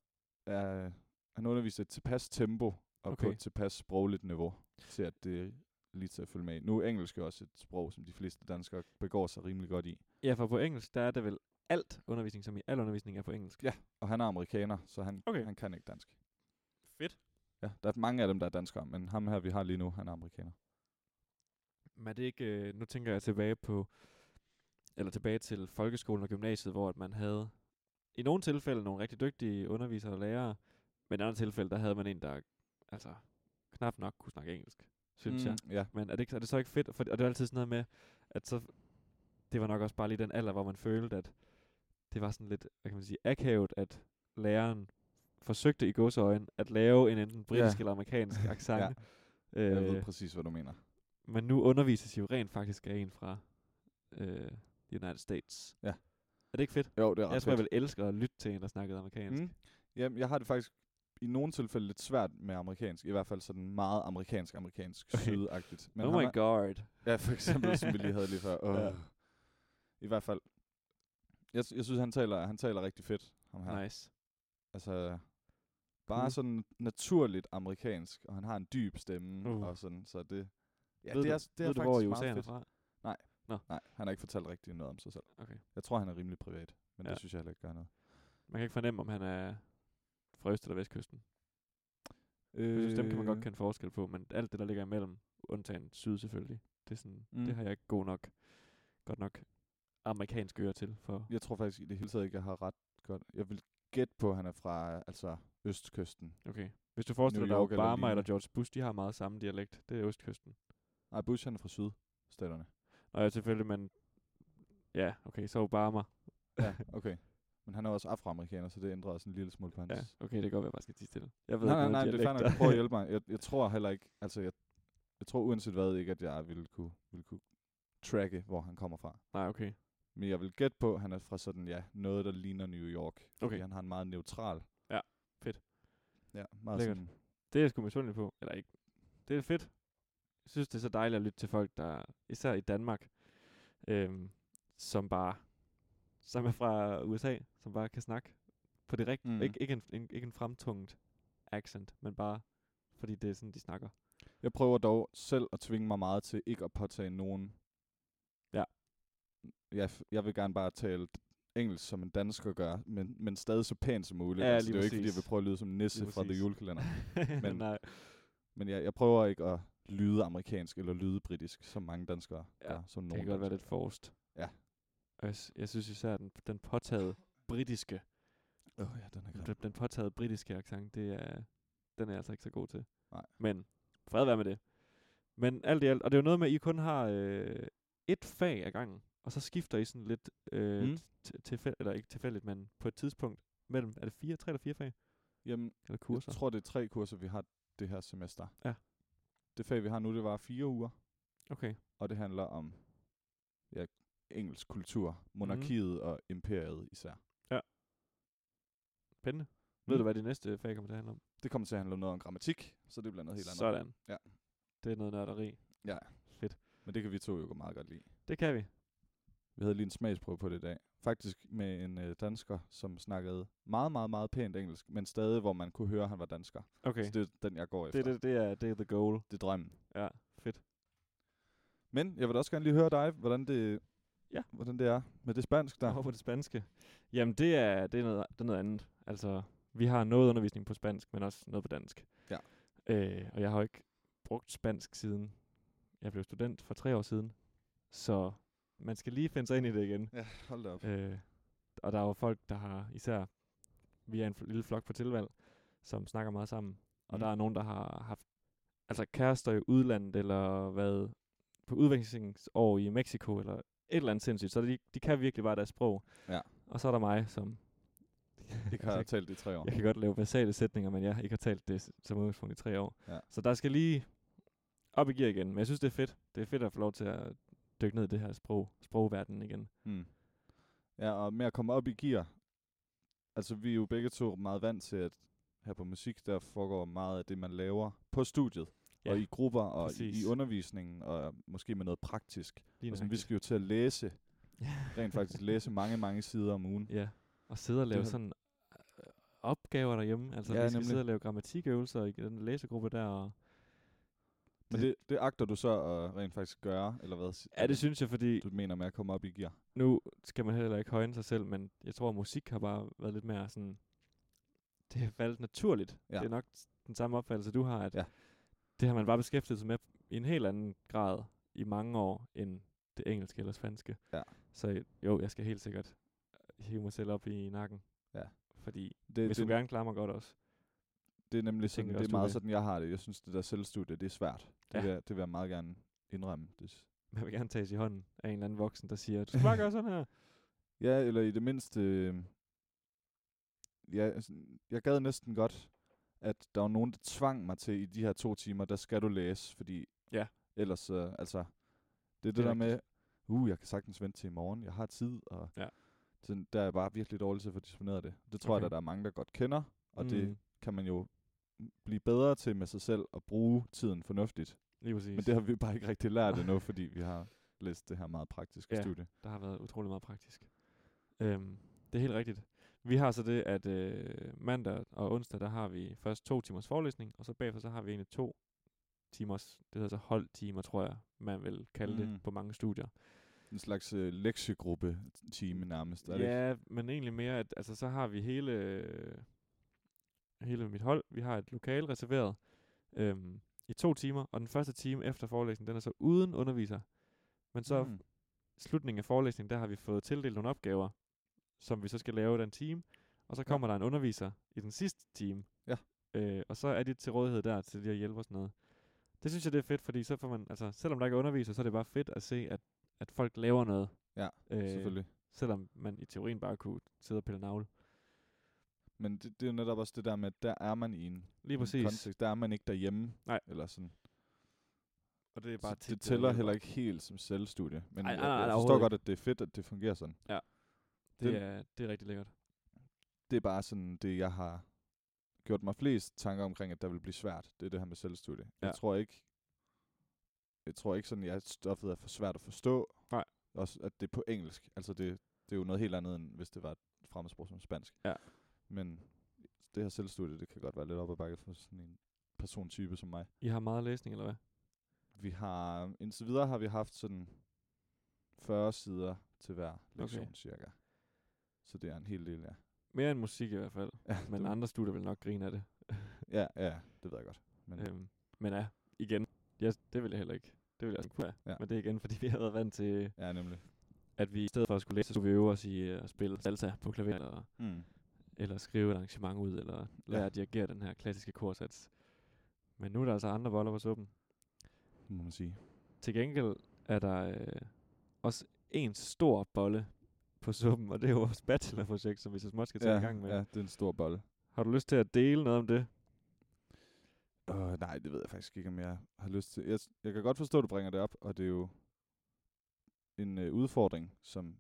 er, han underviser i et tilpas tempo og okay. på Okay. et tilpas sprogligt niveau, til at det er lige til at følge med. i. Nu er engelsk jo også et sprog, som de fleste danskere begår sig rimelig godt i. Ja, for på engelsk, der er det vel alt undervisning, som i al undervisning er på engelsk. Ja. Og han er amerikaner, så han, Okay. okay. han kan ikke dansk. Fedt. Ja, der er mange af dem, der er danskere, men ham her, vi har lige nu, han er amerikaner. Men er det ikke, øh, nu tænker jeg tilbage på, eller tilbage til folkeskolen og gymnasiet, hvor at man havde i nogle tilfælde nogle rigtig dygtige undervisere og lærere, men i andre tilfælde, der havde man en, der altså knap nok kunne snakke engelsk, synes mm. jeg. Ja, Men er det, ikke- er det så ikke fedt? For, og det er altid sådan noget med, at så, det var nok også bare lige den alder, hvor man følte, at det var sådan lidt, hvad kan man sige, akavet, at læreren forsøgte i godsøjen at lave en enten britisk ja. eller amerikansk accent. øh, ja. jeg ved præcis, hvad du mener. Men nu undervises I jo rent faktisk af en fra øh, United States. Ja. Er det ikke fedt? Jo, det er ret Jeg tror, fedt. jeg vil elske at lytte til en, der snakkede amerikansk. Mm. Jamen, jeg har det faktisk i nogle tilfælde lidt svært med amerikansk. I hvert fald sådan meget amerikansk-amerikansk Okay. okay. sydagtigt. Men oh ham my er- god. Ja, for eksempel, som vi lige havde lige før. Oh. Ja. Ja. I hvert fald. Jeg, s- jeg synes, han taler, han taler rigtig fedt, ham her. Ja. Nice. Altså, bare Cool. sådan naturligt amerikansk, og han har en dyb stemme Uh. uh. og sådan, så det... Ja, ved det er, du, s- det er ved du, faktisk hvor i USA meget han er fedt. fra? Nej, han har ikke fortalt rigtig noget om sig selv. Okay. Jeg tror, han er rimelig privat, men Ja. det synes jeg heller ikke gør noget. Man kan ikke fornemme, om han er Øh, fra Øst- eller Vestkysten. Øh. Jeg synes, dem kan man godt kende forskel på, men alt det, der ligger imellem, undtagen syd selvfølgelig. Det, er sådan, mm. Mm. det har jeg ikke god nok, godt nok amerikansk øre til for. Jeg tror faktisk i det hele taget ikke, jeg har ret godt. Jeg vil gætte på, at han er fra øh, altså, østkysten. Okay. Hvis du forestiller dig York eller Obama lignende. eller George Bush, de har meget samme dialekt. Det er Østkysten. Nej, Bush han er fra sydstaterne. Og jeg selvfølgelig, men... Ja, okay, så Obama. Ja, okay. Men han er også afroamerikaner, så det ændrer også en lille smule på hans... Ja, okay, det kan godt være, at jeg bare skal tige stille. Jeg ved Nej, nej, ikke, nej, hvad men det er dialekter- fandme, prøv at hjælpe mig. Jeg, jeg tror heller ikke, altså jeg, jeg tror uanset hvad ikke, at jeg ville kunne, ville kunne tracke, hvor han kommer fra. Nej, okay. Men jeg vil gætte på, at han er fra sådan, ja, noget, der ligner New York. Fordi Okay. han har en meget neutral. Ja, fedt. Ja, meget Lækkert. sådan, Det er jeg sgu misundelig på. Eller ikke. Det er fedt. Jeg synes, det er så dejligt at lytte til folk, der især i Danmark, øhm, som bare som er fra USA, som bare kan snakke på det rigtige. Mhm. Mm. Ikke, ikke, en, en, ikke en fremtunget accent, men bare fordi det er sådan, de snakker. Jeg prøver dog selv at tvinge mig meget til ikke at påtage nogen. Ja. Jeg, f- jeg vil gerne bare tale d- engelsk, som en dansker gør, men, men stadig så pænt som muligt. Ja, altså, lige det er jo ikke, fordi jeg præcis. vil prøve at lyde som en nisse Lige fra The præcis. Julekalender. Men- men nej, Men jeg, jeg prøver ikke at lyde amerikansk eller lyde britisk, som mange danskere Ja, gør. Som det nogle kan godt være danskere. lidt forrest. Ja. Og jeg, s- jeg synes især, den, den påtaget britiske, Åh oh, ja, den er grim. den, den påtaget britiske accent, det er, den er jeg altså ikke så god til. Nej. Men fred være med det. Men alt i alt, og det er jo noget med, at I kun har øh, et fag ad gangen, og så skifter I sådan lidt, øh, Mm. mm. tilfældigt, eller ikke tilfældigt, men på et tidspunkt mellem, er det fire, tre eller fire fag, Jamen, eller kurser. kurser? jeg tror, det er tre kurser, vi har det her semester. Ja. Det fag, vi har nu, det var fire uger. Okay, og det handler om ja, engelsk kultur, monarkiet mm. og imperiet især. spændende. Mm. Ved Mm. du, hvad det næste fag kommer til at handle om? Det kommer til at handle om noget om grammatik, så det bliver noget helt andet. Sådan. Ja. Det er noget nørderi. Ja. Fedt. Men det kan vi to jo meget godt lide. Det kan vi. Vi havde lige en smagsprøve på det i dag. Faktisk med en øh, dansker, som snakkede meget, meget, meget pænt engelsk, men stadig, hvor man kunne høre, at han var dansker. Okay. Okay. Så det er den, jeg går efter. Det, det, det, er, det er the goal. det er drømmen. Ja, fedt. Men jeg vil da også gerne lige høre dig, hvordan det, Ja. hvordan det er med det spansk der. Over på det spanske. Jamen, det er, det, er noget, det er noget andet. Altså, vi har noget undervisning på spansk, men også noget på dansk. Ja. Øh, og jeg har jo ikke brugt spansk siden jeg blev student for tre år siden. Så man skal lige finde sig ind i det igen. Ja, hold da op. Øh, og der er jo folk, der har især, vi er en fl- lille flok på tilvalg, som snakker meget sammen. Og Mm. mm. der er nogen, der har haft altså kærester i udlandet, eller været på udvekslingsår i Mexico, eller et eller andet sindssygt. Så de, de kan virkelig bare deres sprog. Ja. Og så er der mig, som... Altså, Ikke har jeg talt i tre år. Jeg kan godt lave basale sætninger, men jeg ikke har talt det s- som udgangspunkt i tre år. Ja. Så der skal lige op i gear igen. Men jeg synes, det er fedt. Det er fedt at få lov til at dykke ned i det her sprog, sprogverden igen. Mm. Ja, og med at komme op i gear, altså vi er jo begge to meget vant til, at her på musik, der foregår meget af det, man laver på studiet, ja, Ja, og i grupper, og i, i præcis. undervisningen, og måske med noget praktisk. Lige Og sådan, vi nøjagtigt. skal jo til at læse, rent faktisk læse mange, mange sider om ugen. Ja, og sidde og Det lave har- sådan øh, opgaver derhjemme. Altså, Ja, ja, vi skal nemlig. sidde og lave grammatikøvelser i den læsegruppe der. Og Men Det- det, det agter du så at rent faktisk gøre, eller hvad? si- ja, det synes jeg, fordi du mener med at komme op i gear. nu skal man heller ikke højne sig selv, men jeg tror, at musik har bare været lidt mere sådan... Det har faldet naturligt. Ja. Ja. Det er nok den samme opfattelse, du har, at Ja. ja. det har man bare beskæftiget sig med i en helt anden grad i mange år, end det engelske eller spanske. Ja. Så jo, jeg skal helt sikkert hive mig selv op i nakken. Ja. Fordi Det, hvis det, du gerne klarer mig godt også. det er nemlig sådan, tænker det er også, du meget vil. sådan, jeg har det. Jeg synes, det der selvstudie, det er svært. Det, Ja. vil, jeg- det vil jeg meget gerne indrømme. Det, s- Man vil gerne tages i hånden af en eller anden voksen, der siger, du skal bare gøre sådan her. Ja, eller i det mindste... Øh, ja, altså, jeg gad næsten godt, at der var nogen, der tvang mig til, i de her to timer, der skal du læse, fordi Ja. ellers, øh, altså, det er det, er der rigtigt. med, uh, jeg kan sagtens vente til i morgen, jeg har tid, og Ja. sådan, der er jeg bare virkelig dårlig til at få disponeret det. Det tror okay. Okay. jeg, at der er mange, der godt kender, og mm. det kan man jo mm, blive bedre til med sig selv at bruge tiden fornuftigt. lige præcis. Men det har vi bare ikke rigtig lært endnu, fordi vi har læst det her meget praktiske Ja. studie. Der har været utrolig meget praktisk. Øhm, det er helt rigtigt. Vi har så det, at øh, mandag og onsdag, der har vi først to timers forelæsning, og så bagefter så har vi egentlig to timers, det hedder så holdtimer, tror jeg, man vil kalde mm. Mm. det på mange studier. En slags øh, lektiegruppe-time nærmest, er det ikke? Ja, men egentlig mere, at altså, så har vi hele, øh, hele mit hold, vi har et lokale reserveret øhm, i to timer, og den første time efter forelæsningen, den er så uden underviser. Men så mm. slutningen af forelæsningen, der har vi fået tildelt nogle opgaver, som vi så skal lave den time, og så kommer ja. der en underviser i den sidste time. Ja. Øh, og så er de til rådighed der til lige at hjælpe og sådan noget. Det synes jeg, det er fedt, fordi så får man, altså, selvom der ikke er underviser, så er det bare fedt at se, at, at folk laver noget. Ja, øh, selvfølgelig. Selvom man i teorien bare kunne sidde og pille navle. Men det, det er jo netop også det der med, at der er man i en, Lige en præcis. kontekst. Der er man ikke derhjemme. Nej. Eller sådan. Og det er Bare det tæller heller ikke helt som selvstudie. Men Ej, Ej, nej, nej, jeg, jeg forstår overhovedet godt, at det er fedt, at det fungerer sådan. Det Den- er, det er rigtig lækkert. Det er bare sådan det, jeg har gjort mig flest tanker omkring, at der vil blive svært. Det er det her med selvstudie. Ja. Ja. Jeg tror ikke, jeg tror ikke sådan, at stoffet er for svært at forstå. Nej. Også at det er på engelsk. Altså det, det er jo noget helt andet, end hvis det var et fremmedsprog som spansk. Ja. Men det her selvstudie, det kan godt være lidt op ad bakke for sådan en persontype som mig. I har meget læsning, eller hvad? Vi har, indtil videre har vi haft sådan 40 sider til hver lektion okay. cirka. Så det er en hel del, ja. Mere end musik i hvert fald. Ja, Men det- andre studier vil nok grine af det. ja, ja, det ved jeg godt. Men Øhm, men ja, igen. Ja, det vil jeg heller ikke. Det vil jeg ikke kunne ja. Ja. Men det er igen, fordi vi har været vant til, ja, nemlig. at vi i stedet for at skulle læse, så skulle vi øve os i øh, at spille salsa på klaver, eller, Mm. eller skrive et arrangement ud, eller lære Ja. at dirigere den her klassiske korsats. Men nu er der altså andre boller på suppen. Må man sige. Til gengæld er der øh, også en stor bolle på suppen, og det er jo vores bachelorprojekt, som vi så småt skal til ja, i gang med. ja, det er en stor bolle. Har du lyst til at dele noget om det? Uh, nej, det ved jeg faktisk ikke, om jeg har lyst til. Jeg, s- jeg kan godt forstå, at du bringer det op, og det er jo en øh, udfordring, som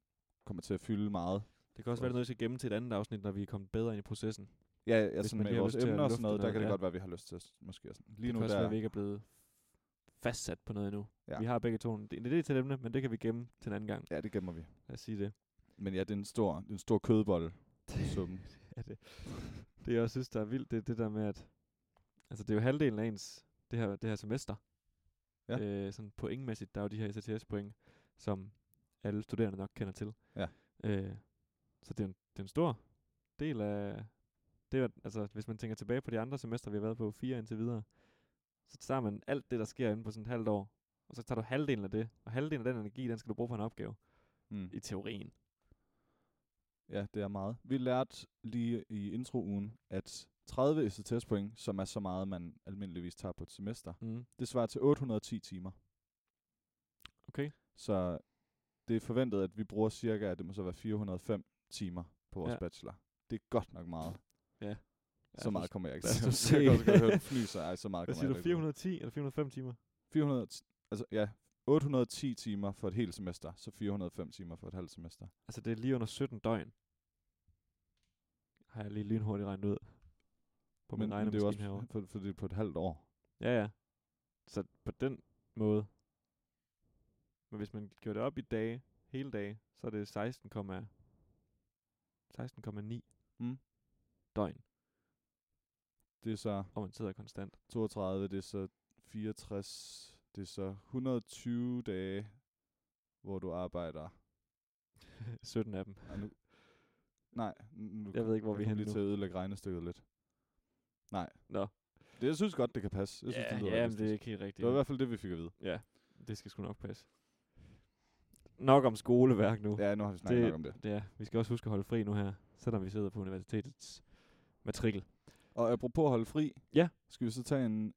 kommer til at fylde meget. Det kan også være, at noget, vi skal gemme til et andet afsnit, når vi er kommet bedre ind i processen. Ja, ja Hvis sådan man lige med har vores lyst til at emner og lufte sådan noget, der noget, kan det ja. godt være, at vi har lyst til at s- måske at sådan. Lige det nu kan også der være, at vi ikke er blevet fastsat på noget endnu. Ja. Ja. Vi har begge to en en idé til emne, men det kan vi gemme til en anden gang. Ja, det gemmer vi. Lad os sige det. Men ja, det er en stor, det er en stor kødbolle i suppen. Ja, det, det jeg også synes, der er vildt, det er det der med, at altså, det er jo halvdelen af ens, det her, det her semester. Ja. Øh, sådan pointmæssigt, der er jo de her ECTS-point, som alle studerende nok kender til. Ja. Øh, så det er, en, det er en stor del af... Det er, jo- altså, hvis man tænker tilbage på de andre semester, vi har været på, fire indtil videre, så tager man alt det, der sker inden på sådan et halvt år, og så tager du halvdelen af det, og halvdelen af den energi, den skal du bruge på en opgave, Mm. i teorien. Ja, det er meget. Vi lærte lige i introugen, at 30 ECTS point, som er så meget, man almindeligvis tager på et semester, Mm. det svarer til 810 timer. Okay. Så det er forventet, at vi bruger cirka, at det må så være 405 timer på vores Ja. ja. bachelor. Det er godt nok meget. Ja, så nu- meget kommer jeg ikke lad os til. nu Jeg se. kan også godt høre, du fnyser. Ej, så meget Hvad kommer siger jeg du, heller ikke på. 410 eller 405 timer? 400, altså ja, 810 timer for et helt semester, så 405 timer for et halvt semester. Altså, det er lige under 17 døgn. Har jeg lige lynhurtigt regnet ud. På min men det er jo regnemaskine også herovre. for, for, for det er på et halvt år. Ja, ja. Så på den måde. Men hvis man gjorde det op i dage, hele dage, så er det 16,9 Mm. døgn, Det er så og man sidder konstant. 32, det er så 64, det er så 120 dage, hvor du arbejder. 17 af dem. Og nu, nej, nu, Jeg ved ikke, hvor vi er er henne lige nu. til at ødelægge regnestykket lidt. Nej. Nå. Det, jeg synes godt, det kan passe. Jeg synes, ja, det lyder ja men realistisk. det er ikke helt rigtigt. det var i hvert fald det, vi fik at vide. Ja, det skal sgu nok passe. Nok om skoleværk nu. Ja, nu har vi snakket Det- nok om det. Ja, vi skal også huske at holde fri nu her, selvom vi sidder på universitetets matrikel. Og apropos at holde fri, Ja. skal vi så tage en,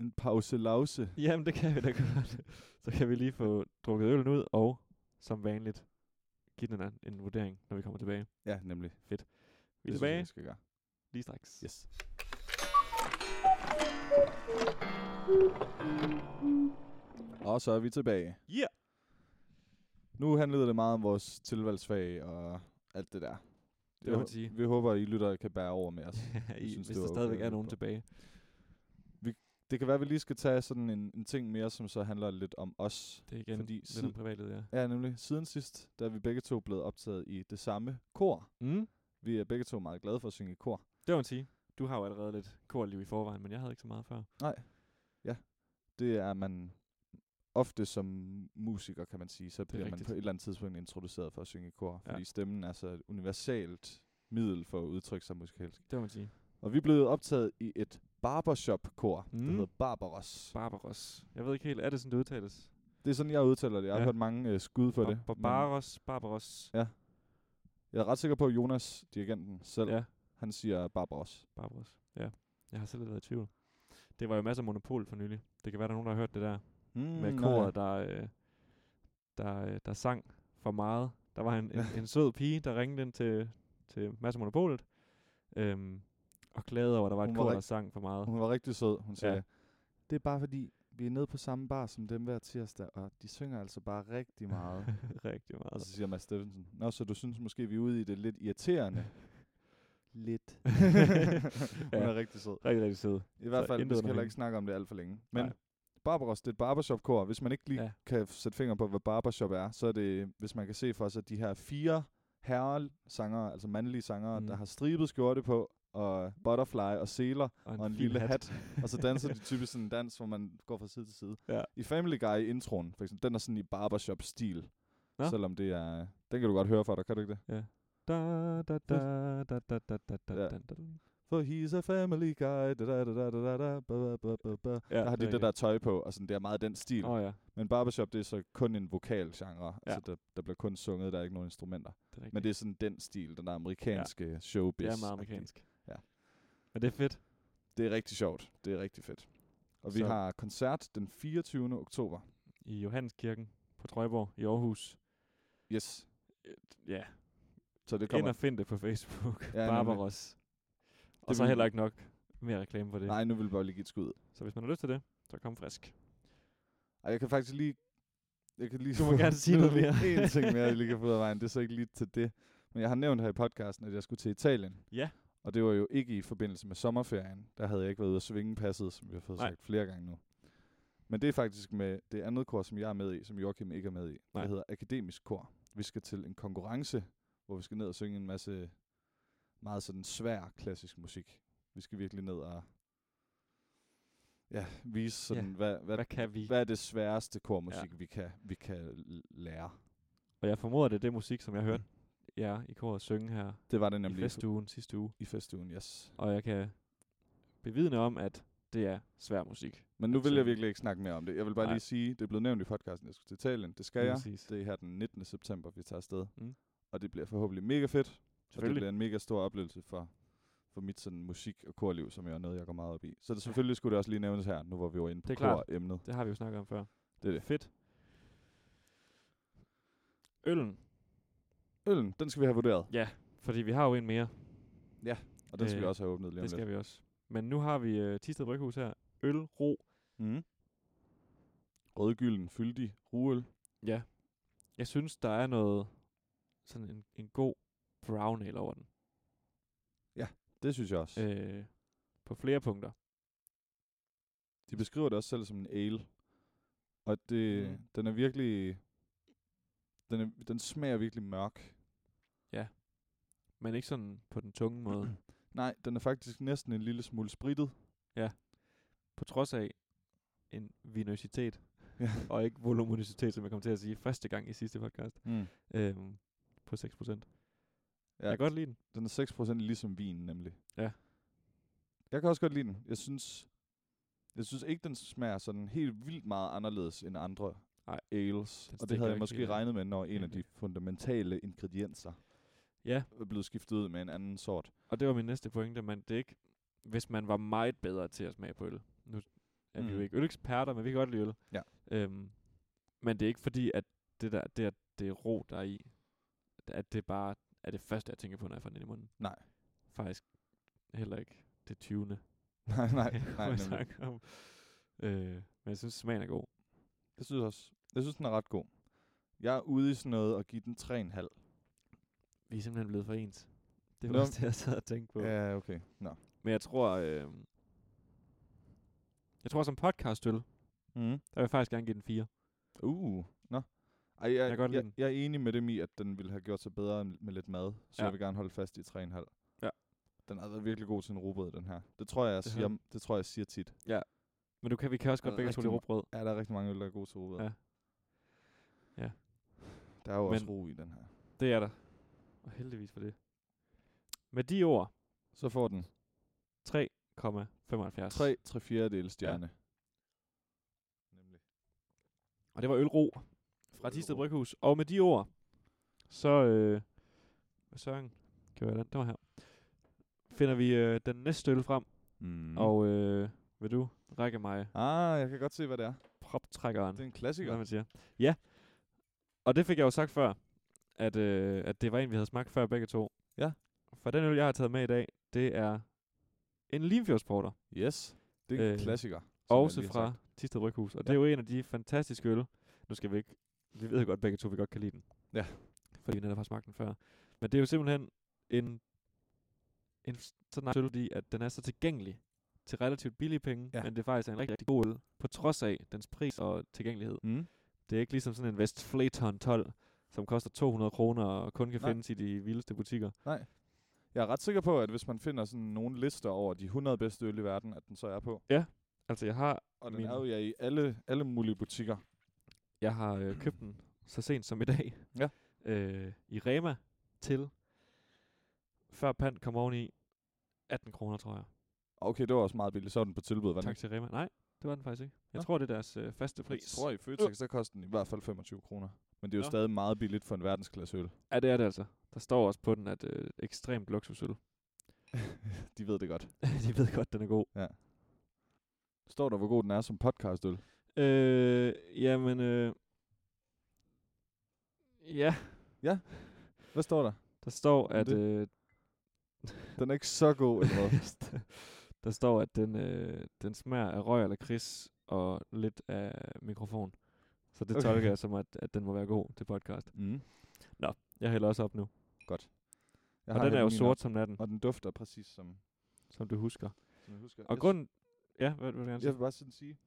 en pause-lause? Jamen, det kan vi da godt. Så kan vi lige få drukket øllen ud, og som vanligt, give den en, en vurdering, når vi kommer tilbage. Ja, nemlig. Vi er Det synes jeg, tilbage vi skal gøre. lige straks. Yes. Og så er vi tilbage. Yeah! Nu handlede det meget om vores tilvalgsfag og alt det der. Det må man sige. Vi håber, I lytter kan bære over med os. I, synes, hvis det der var okay stadigvæk at er høre nogen på. tilbage. Det kan være, at vi lige skal tage sådan en, en ting mere, som så handler lidt om os. Det er igen Fordi Fordi lidt siden- om privatlivet, ja. Ja, nemlig siden sidst, der er vi begge to blevet optaget i det samme kor. Mm. Vi er begge to meget glade for at synge i kor. Det må man sige. Du har jo allerede lidt korliv i forvejen, men jeg havde ikke så meget før. det er man ofte som musiker, kan man sige, så bliver man rigtigt. på et eller andet tidspunkt introduceret for at synge i kor, Ja. ja. fordi stemmen er så et universalt middel for at udtrykke sig musikalsk. Det må man sige. Og vi blev optaget i et barbershop-kor, mm. Mm. der hedder Barbaros. Barbaros. Jeg ved ikke helt, er det sådan, det udtales? Det er sådan, jeg udtaler det. Jeg har Ja. hørt mange øh, skud på det. men Barbaros, Barbaros. Jeg er ret sikker på, at Jonas, dirigenten selv, Ja, han siger Barbaros. Barbaros. Ja, jeg har selv lidt været i tvivl. Det var jo masser af monopol for nylig. Det kan være, der er nogen, der har hørt det der Mm, med nej. koret, der, øh, der, øh, der sang for meget. Der var en, en, en sød pige, der ringede ind til, til masser af monopolet, øhm, og klagede over, at der var et Hun var kor, der rigt- sang for meget. Hun var rigtig sød. Hun sagde, Ja. ja. det er bare fordi, vi er nede på samme bar som dem hver tirsdag, og de synger altså bare rigtig meget. Rigtig og meget. så siger Mads Steffensen, Nå, så du synes måske, vi er ude i det lidt irriterende? lidt. Hun Ja. er rigtig sød. Rigtig, rigtig sød. I hvert Så fald, vi intet skal under heller hende. ikke snakke om det alt for længe. Men Nej. Barbaros, det er et barbershop-kor. Hvis man ikke lige Ja. ja. kan sætte fingre på, hvad barbershop er, så er det, hvis man kan se for sig, de her fire herresangere, altså mandlige sangere, Mm. mm. der har stribet skjorte på, og butterfly og seler, og en fin lille hat. og så danser de typisk sådan en dans, hvor man går fra side til side. Ja. I Family Guy introen, for eksempel, den er sådan i barbershop-stil. Nå. Selvom det er... Den kan du godt høre for dig, kan du ikke det? Da, da, da, da, da, da, da, da, Ja. da, da. For he's a family guy, da da da da da da da, ba ba ba ba ba. Ja, Der har de er det der tøj på, og sådan, det er meget den stil. rigtigt. Åh oh, ja, Men barbershop, det er så kun en vokalgenre. Ja. Ja. Altså, der, der bliver kun sunget, der er ikke nogen instrumenter. det er rigtigt. Men det er sådan den stil, den der amerikanske ja. showbiz. det er meget amerikansk. Ja. Men det er fedt. Det er rigtig sjovt. Det er rigtig fedt. Og vi Så- har koncert den 24. oktober. I Johanneskirken på Trøjborg i Aarhus. Øh, Yes. Ja, Så det ind kommer... og find det på Facebook. nemlig. Ja, Barbaros. Og Det så vil- heller ikke nok mere reklame for det. Nej, nu vil vi bare lige give et skud. Så hvis man har lyst til det, så kom frisk. Og jeg kan faktisk lige... Jeg kan lige Du må få- gerne sige nu er noget der lige mere. En ting mere, jeg lige kan få ud af vejen. Det er så ikke lige til det. Men jeg har nævnt her i podcasten, at jeg skulle til Italien. Ja. Og det var jo ikke i forbindelse med sommerferien. Der havde jeg ikke været ude at svinge passet, som vi har fået Nej. Nej. sagt flere gange nu. Men det er faktisk med det andet kor, som jeg er med i, som Joachim ikke er med i. Nej. Det hedder Akademisk Kor. Vi skal til en konkurrence, hvor vi skal ned og synge en masse meget sådan svær klassisk musik. Vi skal virkelig ned og ja, vise sådan, ja. Hvad, hvad, Hvad kan vi? hvad er det sværeste kormusik, ja. vi, kan, vi kan l- lære? Og jeg formoder, det er det musik, som jeg hørte jer i koret synge her Det var det Nemlig. i Mm. nemlig festugen sidste uge. i festugen, yes. Og jeg kan bevidne om, at det er svær musik. Men nu vil Absolut. jeg virkelig ikke snakke mere om det. Jeg vil bare Nej. Nej. lige sige, det er blevet nævnt i podcasten, jeg skulle til Italien. Det skal Lige jeg. præcis. Det er her den 19. september, vi tager afsted. Mm. Mm. Og det bliver forhåbentlig mega fedt. Og det Selvfølgelig. bliver en mega stor oplevelse for, for mit sådan musik- og korliv, som jo er noget, jeg går meget op i. Så det, selvfølgelig skulle det også lige nævnes her, nu hvor vi var inde på Det er klart. kor-emnet. Det har vi jo snakket om før. Det er det. Fedt. Øllen. Øllen, den skal vi have vurderet. Ja, fordi vi har jo en mere. Og den skal Øh, øh, vi også have åbnet lige om det lidt. skal vi også. Men nu har vi øh, Tisted Bryghus her. Øl, ro. Mm. Rødgylden, fyldig, ruel. Ja. Jeg synes, der er noget... Sådan en, en god brown ale over den. Det synes jeg også. Øh, på flere punkter. De beskriver det også selv som en ale. Og det, Mm. mm. den er virkelig... Den, er, den smager virkelig mørk. Men ikke sådan på den tunge måde. Nej, den er faktisk næsten en lille smule spritet. på trods af en vinositet. Ja. og ikke voluminositet, som jeg kom til at sige første gang i sidste podcast. Mm. Øhm, på 6%. Ja. Ja, Jeg kan godt lide den. Den er 6% ligesom vinen, nemlig. Ja. Jeg kan også godt lide den. Jeg synes, jeg synes ikke, den smager sådan helt vildt meget anderledes end andre Nej. ales. Den og stikker det havde ikke jeg måske helt af. regnet med, når en af Nemlig. de fundamentale ingredienser Ja, er blevet skiftet ud med en anden sort. og det var min næste pointe, men det er ikke, hvis man var meget bedre til at smage på øl. Nu er mm. vi jo Mm. ikke øleksperter, men vi kan godt lide øl. Ja. Øhm, men det er ikke fordi, at det der, det, at det er ro, der er i, at det bare er det første, jeg tænker på, når jeg får den ind i munden. Nej. Faktisk heller ikke det 20. nej, nej, nej. jeg nemlig. snakker om. Øh, men jeg synes, smagen er god. Jeg synes også. Jeg synes, den er ret god. Jeg er ude i sådan noget og give den 3,5. Vi er simpelthen blevet for ens. Det var Nå. også det, jeg sad og tænkte på. Ja. Ja, okay. Nå. Men jeg tror, øh, jeg tror som podcastøl, der Mm. vil jeg faktisk gerne give den 4. Uh, nå. Ej, jeg, Jeg kan godt lide jeg, den. jeg, jeg er enig med dem i, at den ville have gjort sig bedre med lidt mad, Ja. så ja. jeg vil gerne holde fast i 3,5. Ja. Den har været virkelig god til en rugbrød, den her. Det tror jeg, jeg Det siger, har det tror jeg, jeg siger tit. Men du kan, vi kan også Der er godt begge to rigtig lide ma- råbrød. Ja, der er rigtig mange øl, der er gode til rugbrød. Ja. Ja. Der er jo også Men- ro i den her. Det er der. Og heldigvis for det. Med de ord, Så får den 3,5 Altså- Tre, tre fjerdedele stjerne. Ja. Nemlig. Og det var Ølro fra Tisted Bryghus. Og med de ord, så... Øh, hvad søren kan være den? Det var her. Finder vi øh, den næste øl frem, Mm. mm. og øh, vil du række mig Ah, jeg kan godt se, hvad det er. proptrækkeren? Det er en Hvad klassiker. man siger. Ja. Og det fik jeg jo sagt før, at, øh, at det var en, vi havde smagt før begge to. Ja. For den øl, jeg har taget med i dag, det er en Limfjordsporter. Yes. Det er en Øh, klassiker. som Også jeg lige har fra sagt. Tisted Bryghus. Og det er jo en af de fantastiske øl. Nu skal vi ikke... Vi ved jo godt begge to, vi godt kan lide den. Ja. Fordi vi netop har smagt den før. Men det er jo simpelthen en, en s- sådan en øl, fordi at den er så tilgængelig til relativt billige penge, Ja. men det faktisk er en rigtig, rigtig god øl, på trods af dens pris og tilgængelighed. Mm. Det er ikke ligesom sådan en West Flayton 12, som koster 200 kroner og kun kan Nej. Nej. findes i de vildeste butikker. Jeg er ret sikker på, at hvis man finder sådan nogle lister over de 100 bedste øl i verden, at den så er på. Altså, jeg har, Og den Min- er jo ja, i alle, alle mulige butikker. jeg har øh, købt den så sent som i dag Ja. øh, i Rema til, før pant kom oveni, 18 kroner, tror jeg. Okay, det var også meget billigt. Så var den på tilbud, var den Tak til Rema. Nej, det var den faktisk ikke. Jeg Nå. tror, det er deres øh, faste Jeg pris. Øh. tror, i Føtex, der koster den i hvert fald 25 kroner. Men det er jo Nå. stadig meget billigt for en verdensklasse øl. Ja, det er det altså. Der står også på den, at øh, ekstremt luksusøl. De ved det godt. De ved godt, den er god. Står der, hvor god den er som podcastøl? Øh, jamen, øh, ja, Hvad står der? der står, Jamen, at det- øh, Den er ikke så god, eller hvad? der står, at den, øh, den smager af røg eller kris og lidt af mikrofon. Så det Okay. okay. tolker jeg som, at, at den må være god til podcast. mm. Jeg hælder også op nu. Jeg og har den er jo hældt min sort som natten, Op, og den dufter præcis som, som du husker. som jeg husker. Og jeg, grunden... Ja, hvad hvad vil du gerne s- sige? jeg vil bare sådan sige,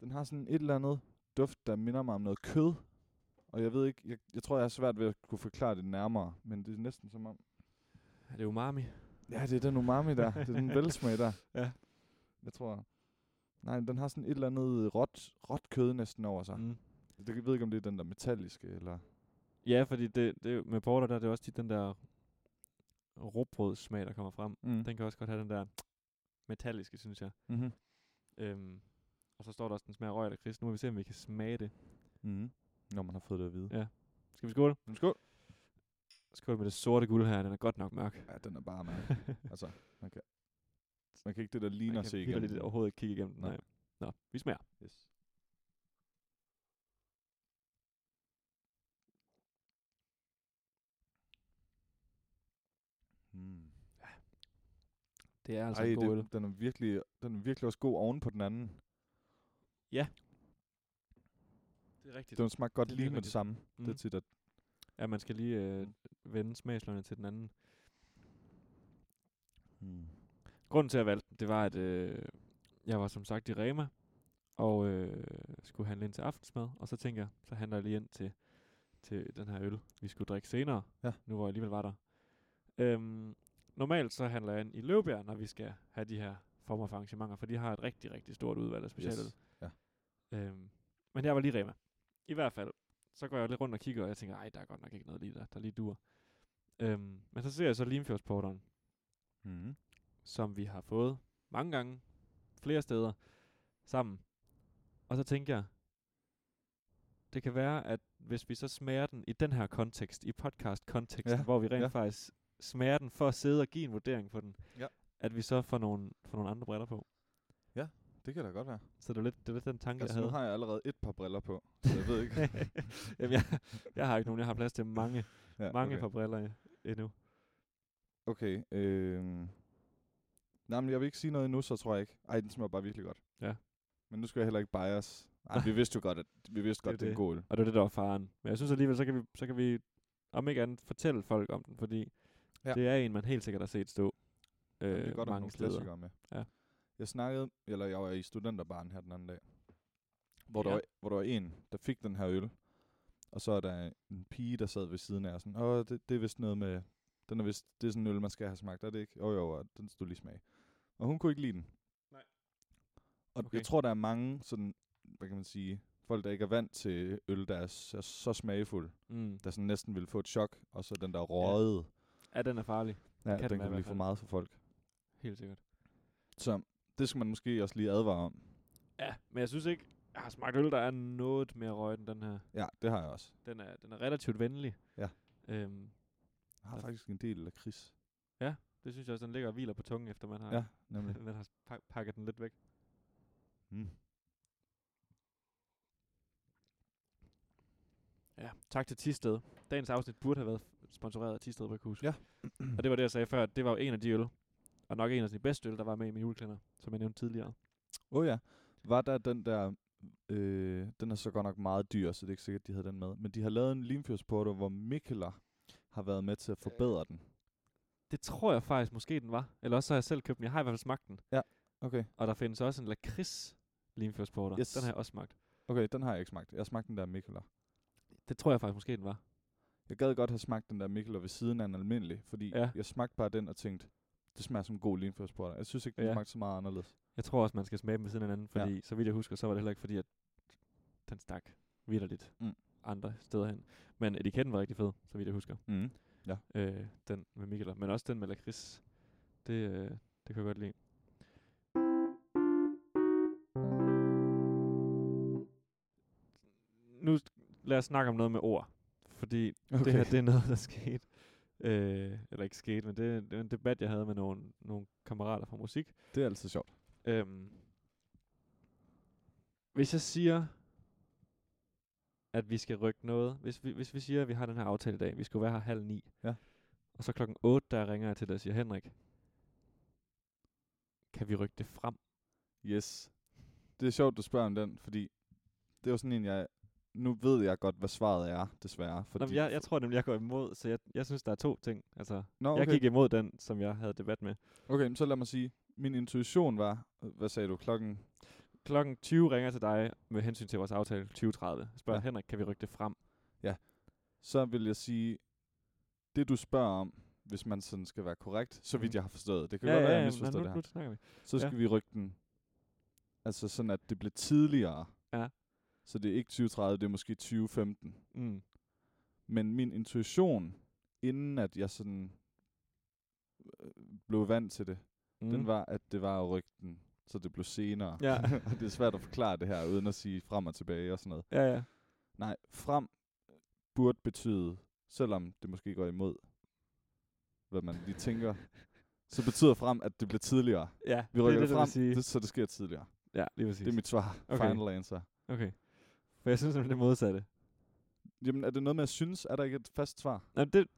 den har sådan et eller andet duft, der minder mig om noget kød. Og jeg ved ikke, jeg, jeg tror, jeg har svært ved at kunne forklare det nærmere, men det er næsten som om... Er det umami? Ja, det er den umami der. det er den velsmag der. Ja. Jeg tror... Nej, men den har sådan et eller andet råt, råt kød næsten over sig. Mm. Det, jeg ved ikke, om det er den der metalliske, eller... Ja, fordi det, det, er jo- med porter, der er det også tit den der råbrødssmag, der kommer frem. Mm. Den kan også godt have den der metalliske, synes jeg. Mm-hmm. Øhm, og så står der også, den smager af røg eller kris. Nu må vi se, om vi kan smage det. Mm-hmm. Når man har fået det at vide. Ja. Skal vi skåle? Men skål. Skål med det sorte guld her. Den er godt nok mørk. Ja, den er bare mærkelig. altså, man kan, man kan ikke det der Man ligner kan se vitterligt igen. overhovedet ikke kigge igennem den. Nej. Nej. Nå, vi smager. Yes. Mm. Det er Altså Ej, det, den, er virkelig, den er virkelig også god oven på den anden. det er rigtigt. Den smagte godt det er lige lige med det rigtigt. samme. Mm. Det er Mhm. tit, at Ja, man skal lige øh, vende smagsløgene til den anden. mm. Grunden til, at jeg valgte den, det var, at øh, jeg var som sagt i Rema, og øh, skulle handle ind til aftensmad, og så tænkte jeg, så handler jeg lige ind til, til den her øl, vi skulle drikke senere, Ja. nu hvor jeg alligevel var der. Øhm, normalt så handler jeg ind i Løvbjerg, når vi skal have de her former for arrangementer, for de har et rigtig, rigtig stort udvalg af specialøl. Yes. Ja. Øhm, men jeg var lige i Rema. I hvert fald, så går jeg lidt rundt og kigger, og jeg tænker, ej, der er godt nok ikke noget lige der, der lige dur. Øhm, men så ser jeg så Limfjordsporteren, Mm. som vi har fået mange gange, flere steder, sammen. Og så tænker jeg, det kan være, at hvis vi så smager den i den her kontekst, i podcast-konteksten, Ja, ja, hvor vi rent ja. ja. faktisk smager den for at sidde og give en vurdering på den, Ja. at vi så får nogle, får nogle andre briller på. Det kan da godt være. Så det er lidt, det er lidt den tanke, Altså, nu jeg havde. har jeg allerede et par briller på, så jeg ved ikke. Jamen, jeg, jeg har ikke nogen, jeg har plads til mange, ja, mange okay. par briller ja, endnu. Okay, øh... Nej, men jeg vil ikke sige noget endnu, så tror jeg ikke. Ej, den smager bare virkelig godt. Ja. Men nu skal jeg heller ikke bias. Ej, Nej. vi vidste jo godt, at vi vidste Det er godt, det, det er en det. god øl. Og det var det, der var faren. Men jeg synes alligevel, så kan vi, så kan vi om ikke andet fortælle folk om den, fordi Ja. ja. det er en, man helt sikkert har set stå øh, det er godt at have mange nogle steder. klassikere med. Ja. Jeg snakkede, eller jeg var i studenterbaren her den anden dag, hvor, der Ja. var, hvor der var en, der fik den her øl. Og så er der en pige, der sad ved siden af og sådan, åh, det, det er vist noget med, den er vist, det er sådan en øl, man skal have smagt, er det ikke? Jo, jo, og den stod lige smag. Og hun kunne ikke lide den. Nej. Og okay. Okay. jeg tror, der er mange sådan, hvad kan man sige, folk, der ikke er vant til øl, der er så, så smagfuld, Mm. der sådan næsten ville få et chok, og så den der røget, Ja, den er farlig. ja, ja, den den være i kan hvert blive for fald. meget for folk. Helt sikkert. Så Det skal man måske også lige advare om. Ja, men jeg synes ikke, jeg har smagt øl, der er noget mere røg end den her. Ja, det har jeg også. Den er, den er relativt venlig. Ja. Øhm, Jeg har Der- faktisk en del lakrids. det synes jeg også, den ligger og hviler på tungen, efter man har, Ja, nemlig. man har pak- pakket den lidt væk. Mm. Ja, tak til Tisted. Dagens afsnit burde have været sponsoreret af Tisted Bryghus. Ja. og det var det, jeg sagde før, at det var jo en af de øl, og nok en af de bedste øl, der var med i min juleklænder, som jeg nævnte tidligere. Åh oh, ja. Var der den der... Øh, den er så godt nok meget dyr, så det er ikke sikkert, de havde den med. Men de har lavet en limfjordsporter, hvor Mikkeler har været med til at forbedre øh. den. Det tror jeg faktisk måske, den var. Eller også så har jeg selv købt den. Jeg har i hvert fald smagt den. Okay. Og der findes også en lakrids limfjordsporter. Yes. Den har jeg også smagt. Okay, den har jeg ikke smagt. Jeg har smagt den der Mikkeler. Det tror jeg faktisk måske, den var. Jeg gad godt have smagt den der Mikkeler ved siden af en almindelig, fordi Ja. ja. jeg smagte bare den og tænkte, det smager som en god limfjordsporter. Jeg synes ikke, den Ja. ja. smagte så meget anderledes. Jeg tror også, man skal smage dem ved siden af hinanden, Ja. fordi ja. så vidt jeg husker, så var det heller ikke fordi, at den stak vidderligt Mm. andre steder hen. Men etiketten var rigtig fed, så vidt jeg husker. Mm. Øh, den med Mikkeler, men også den med lakrids. Det, øh, det kan jeg godt lide. Nu sk- lad os snakke om noget med ord, fordi okay. det her det er noget, der skete. Øh, eller ikke skete, men det, det er en debat, jeg havde med nogle, nogle kammerater fra musik, det er altid sjovt. Øhm. Hvis jeg siger, at vi skal rykke noget, hvis vi, hvis vi siger, at vi har den her aftale i dag, vi skulle være her halv ni, Ja. og så klokken 8, der ringer jeg til dig og siger, Henrik, kan vi rykke det frem? Yes. Det er sjovt, du spørger om den, fordi det er jo sådan en, jeg... Nu ved jeg godt, hvad svaret er, desværre. Fordi Nå, men jeg, jeg tror nemlig, jeg går imod, så jeg, jeg synes, der er to ting. Altså, okay. Nå, okay. Jeg gik imod den, som jeg havde debat med. Okay, men så lad mig sige, min intuition var, hvad sagde du, klokken? Klokken 20 ringer jeg til dig med hensyn til vores aftale 20.30. Spørger ja. Ja. Henrik, kan vi rykke det frem? Så vil jeg sige, det du spørger om, hvis man sådan skal være korrekt, så vidt Mhm. jeg har forstået. Det kan godt være, jeg misforstår nu, det nu her. snakker vi. Så ja. skal vi rykke den, altså sådan, at det bliver tidligere. Ja. Så det er ikke 2030, det er måske 2015. Mm. Men min intuition, inden at jeg sådan øh, blev vant til det, Mm. den var, at det var at rykke den, så det blev senere. Ja. og det er svært at forklare det her, uden at sige frem og tilbage og sådan noget. Ja, ja. Nej, frem øh, burde betyde, selvom det måske går imod, hvad man lige tænker, så betyder frem, at det bliver tidligere. Ja, Vi rykker det, er det, der vil frem, sige. det, så det sker tidligere. Ja, lige præcis. Det er mit svar. Okay. Okay. Final answer. Okay. For jeg synes, det er det modsatte. Jamen, er det noget med at synes? Er der ikke et fast svar? Nå, det,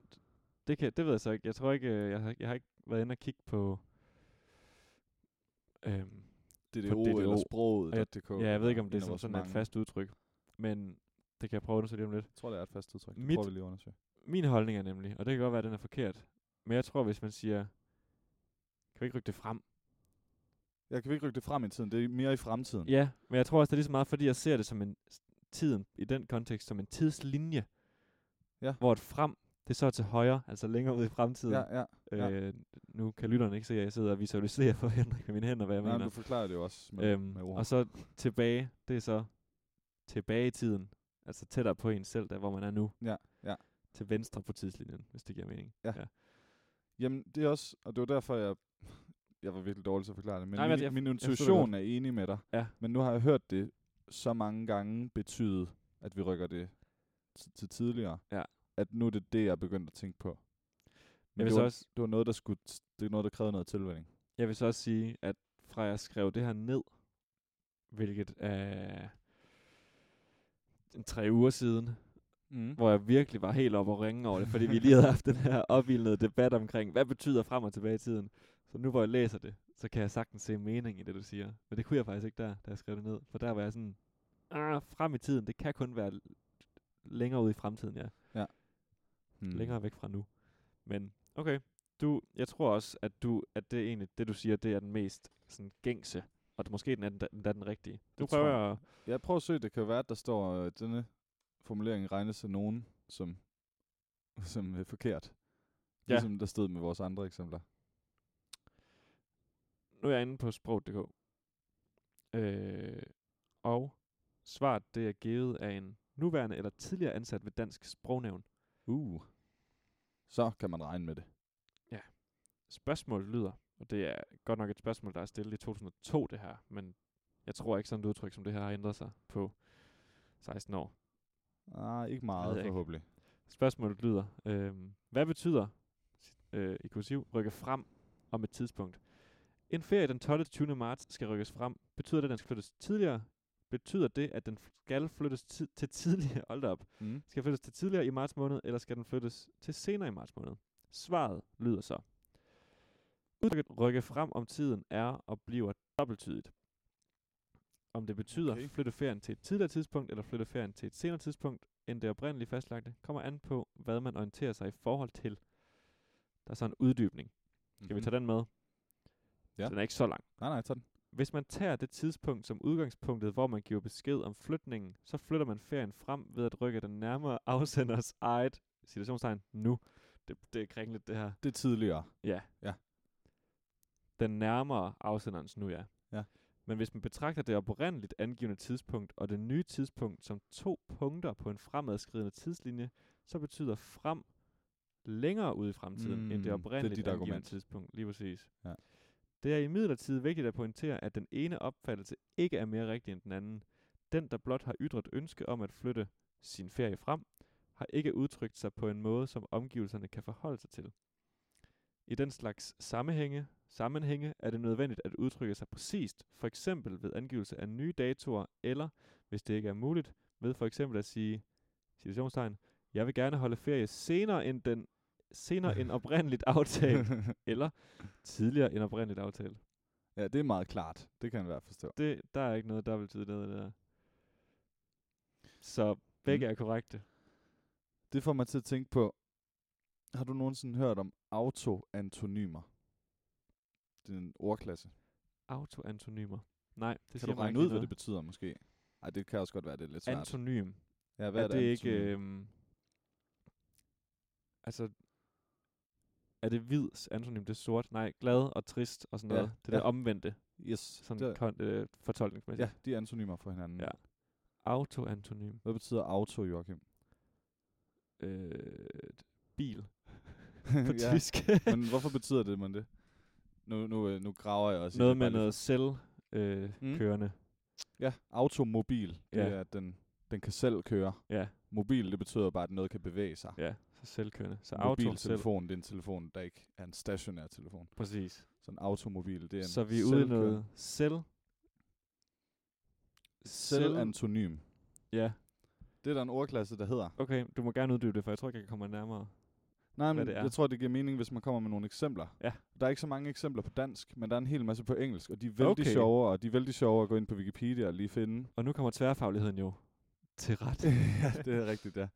det, kan, det ved jeg så ikke. Jeg tror ikke, øh, jeg har, jeg har ikke været inde og kigge på... Øhm, Det På DDO. eller sproget. Og jeg- .dk, ja, jeg ved ikke, om en det er af sådan, vores sådan er et mange. fast udtryk. Men det kan jeg prøve at undersøge lige om lidt. Jeg tror, det er et fast udtryk. Det Mit- prøver vi lige at undersøge. Min holdning er nemlig, og det kan godt være, at den er forkert, men jeg tror, hvis man siger, kan vi ikke rykke det frem? Jeg kan virkelig rykke det frem i tiden. Det er mere i fremtiden. Ja, men jeg tror også, det er lige så meget, fordi jeg ser det som en s- tiden, i den kontekst, som en tidslinje. Ja. Hvor et frem, det så er til højre, altså længere ud i fremtiden. ja. ja. Ja. Øh, nu kan lytterne ikke se, at jeg sidder og visualiserer for Henrik med mine hænder, hvad jeg Nej, men mener. du forklarer det jo også med, Øhm, med ord. og så tilbage, det er så tilbage i tiden. Altså tættere på en selv, der hvor man er nu. Ja, ja. Til venstre på tidslinjen, hvis det giver mening. Ja. Jamen, det er også, og det var derfor, jeg, jeg var virkelig dårlig til at forklare det, Nej, men Nej, men min, jeg- jeg, min forstår det intuition er enig med dig. Ja. Men nu har jeg hørt det så mange gange betyde, at vi rykker det t- til tidligere. Ja. At nu er det det, jeg er begyndt at tænke på. Jeg Men vil, det så var, også, det var noget, der skulle, det er noget, der krævede noget tilvænning. jeg vil så også sige, at fra jeg skrev det her ned, hvilket er en tre uger siden, Mm. hvor jeg virkelig var helt oppe og ringe over det, fordi vi lige havde haft den her opildnede debat omkring, hvad betyder frem og tilbage i tiden. Så nu hvor jeg læser det, så kan jeg sagtens se mening i det, du siger. Men det kunne jeg faktisk ikke der, da jeg skrev det ned. For der var jeg sådan, ah, frem i tiden, det kan kun være l- længere ude i fremtiden, ja. Mm. Længere væk fra nu. Men okay, du, jeg tror også, at, du, at det, egentlig, det du siger, det er den mest sådan, gængse. Og det, måske den er den, der- den, er den rigtige. Du Det tror prøver at... Jeg prøver at søge, det kan være, at der står, øh, denne formulering regnes af nogen, som, som er forkert. Ja. Ja. Ligesom der stod med vores andre eksempler. Nu er jeg inde på sprog.dk. Øh, og svaret det er givet af en nuværende eller tidligere ansat ved Dansk Sprognævn. Uh. Så kan man regne med det. Spørgsmålet lyder, Og det er godt nok et spørgsmål, der er stillet i 2002, det her. Men jeg tror ikke, sådan et udtryk som det her har ændret sig på 16 år. Nej, Ah, ikke ved meget jeg ikke. forhåbentlig. Spørgsmålet lyder, øh, hvad betyder øh, i kursiv rykke frem om et tidspunkt? En ferie den 12. til 20. marts skal rykkes frem. Betyder det, at den skal flyttes tidligere? Betyder det, at den skal flyttes ti- til tidligere? Hold da op. Mm. Skal den flyttes til tidligere i marts måned, eller skal den flyttes til senere i marts måned? Svaret lyder så. Udtrykket rykke frem om tiden er og bliver dobbelttydigt. Om det betyder Okay. okay. flytte ferien til et tidligere tidspunkt, eller flytte ferien til et senere tidspunkt, end det oprindeligt fastlagte, kommer an på, hvad man orienterer sig i forhold til. Der er så en uddybning. Skal mm-hmm. vi tage den med? Ja. Den er ikke så lang. Mhm. Nej, nej, tag den. Hvis man tager det tidspunkt som udgangspunktet, hvor man giver besked om flytningen, så flytter man ferien frem ved at rykke den nærmere afsenders eget situationstegn nu. Det, det er kringligt, det her. Det er tidligere. Den nærmere afsenderens nu, ja. Ja. Men hvis man betragter det oprindeligt angivende tidspunkt og det nye tidspunkt som to punkter på en fremadskridende tidslinje, så betyder frem længere ude i fremtiden, mm, end Mm, det det er oprindeligt dit det angivende argument. tidspunkt. Lige præcis. Ja. Det er imidlertid vigtigt at pointere, at den ene opfattelse ikke er mere rigtig end den anden. Den, der blot har ytret ønske om at flytte sin ferie frem, har ikke udtrykt sig på en måde, som omgivelserne kan forholde sig til. I den slags sammenhænge, sammenhænge er det nødvendigt at udtrykke sig præcist, for eksempel ved angivelse af nye datoer, eller, hvis det ikke er muligt, ved for eksempel at sige, situationstegn, jeg vil gerne holde ferie senere end den senere end oprindeligt aftalt, eller tidligere end oprindeligt aftalt. ja, det er meget klart. Det kan jeg i hvert fald forstå. Det, der er ikke noget dobbelttydigt nede i det der. Så begge mm. er korrekte. Det får mig til at tænke på, har du nogensinde hørt om autoantonymer? Det er en ordklasse. Autoantonymer. Nej, det kan siger du mig regne ikke ud, lige hvad det noget. betyder måske? Ej, det kan også godt være, det er lidt svært. Antonym. ja, Hvad er, et det ikke... antonym? Øhm, altså, er det hvids antonym? Det er sort. Nej, glad og trist og sådan Ja, noget. Ja, det er ja. det omvendte, yes, sådan det, kon- øh, fortolkningsmæssigt. ja, de er antonymer for hinanden. Ja. Autoantonym. Hvad betyder auto, Joachim? Øh, bil. På tysk. Men hvorfor betyder det, man det? Nu, nu, øh, nu graver jeg også. i noget det med bare lige noget selvkørende. Øh, Mm. kørende. Ja, automobil, det Ja. er, at den, den kan selv køre. Ja. Mobil, det betyder bare, at noget kan bevæge sig. Ja, så selvkørende. Så auto selv. Mobiltelefon, det er en telefon, der ikke er en stationær telefon. Præcis. Så en automobil, det er en Så vi er ude i selvkørende- noget selv. Selvantonym. Ja, Det er der en ordklasse, der hedder. okay. Du må gerne uddybe det, for jeg tror ikke, jeg kan komme nærmere. Nej, Hvad men det er. jeg tror, det giver mening, hvis man kommer med nogle eksempler. Ja. Der er ikke så mange eksempler på dansk, men der er en hel masse på engelsk, og de er vældig Okay. sjove, og de er vældig sjove at gå ind på Wikipedia og lige finde. Og nu kommer tværfagligheden jo til ret. ja, det er rigtigt, ja.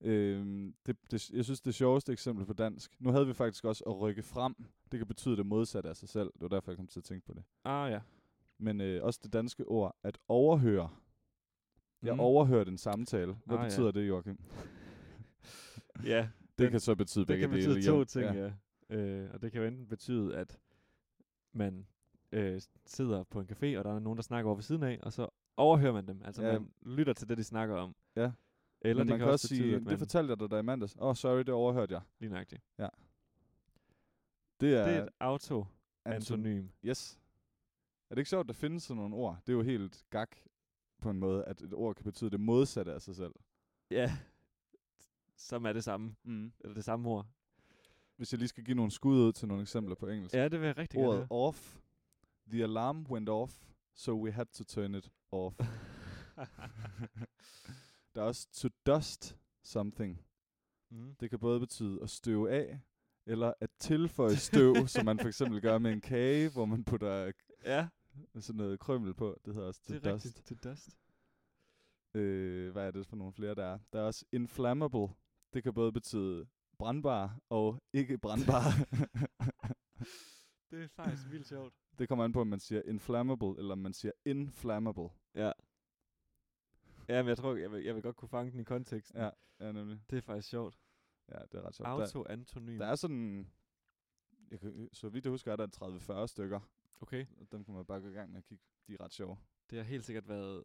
Øhm, det, det, jeg synes, det sjoveste eksempel på dansk. Nu havde vi faktisk også at rykke frem. Det kan betyde det modsatte af sig selv. Det var derfor, jeg kom til at tænke på det. ah ja. Men øh, også det danske ord, at overhøre. Jeg overhørte en samtale. Hvad Mm. Ah, ja. ah, betyder ja. det, Joachim? Ja, Det Den- kan så betyde det begge kan dele. betyde to Jan. ting, ja. ja. Øh, og det kan jo enten betyde, at man øh, sidder på en café, og der er nogen, der snakker over ved siden af, og så overhører man dem. Altså Ja. ja. man lytter til det, de snakker om. Ja. Eller Men det man kan også betyde, sige, at man... det fortalte jeg dig der i mandags. Åh, oh, sorry, det overhørte jeg. Lige nøjagtigt. Det er, Ja. Det er det et auto Antonym. Yes. Er det ikke sjovt, at der findes sådan nogle ord? Det er jo helt gak på en måde, at et ord kan betyde det modsatte af sig selv. Ja. Som er det samme. Mm. Eller det samme ord. Hvis jeg lige skal give nogle skud ud til nogle eksempler på engelsk. Ja, det vil jeg rigtig Ordet gerne off. The alarm went off, so we had to turn it off. høre. Der er også to dust something. mm. Det kan både betyde at støve af, eller at tilføje støv, som man for eksempel gør med en kage, hvor man putter Ja, sådan noget krømmel på. Det hedder også to det er dust. rigtigt. To dust. Øh, hvad er det for nogle flere, der er? Der er også inflammable. Det kan både betyde brandbar og ikke brandbar. Det er faktisk vildt sjovt. det kommer an på, om man siger inflammable, eller om man siger inflammable. Ja. Ja, men jeg tror, jeg vil, jeg vil godt kunne fange den i konteksten. Ja. Ja, nemlig. Det er faktisk sjovt. Ja, det er ret sjovt. Der, Autoantonym. der er sådan... Jeg kan, så vidt jeg husker, er der 30-40 stykker. Okay. Og Dem kan man bare gå i gang med at kigge. De er ret sjove. Det har helt sikkert været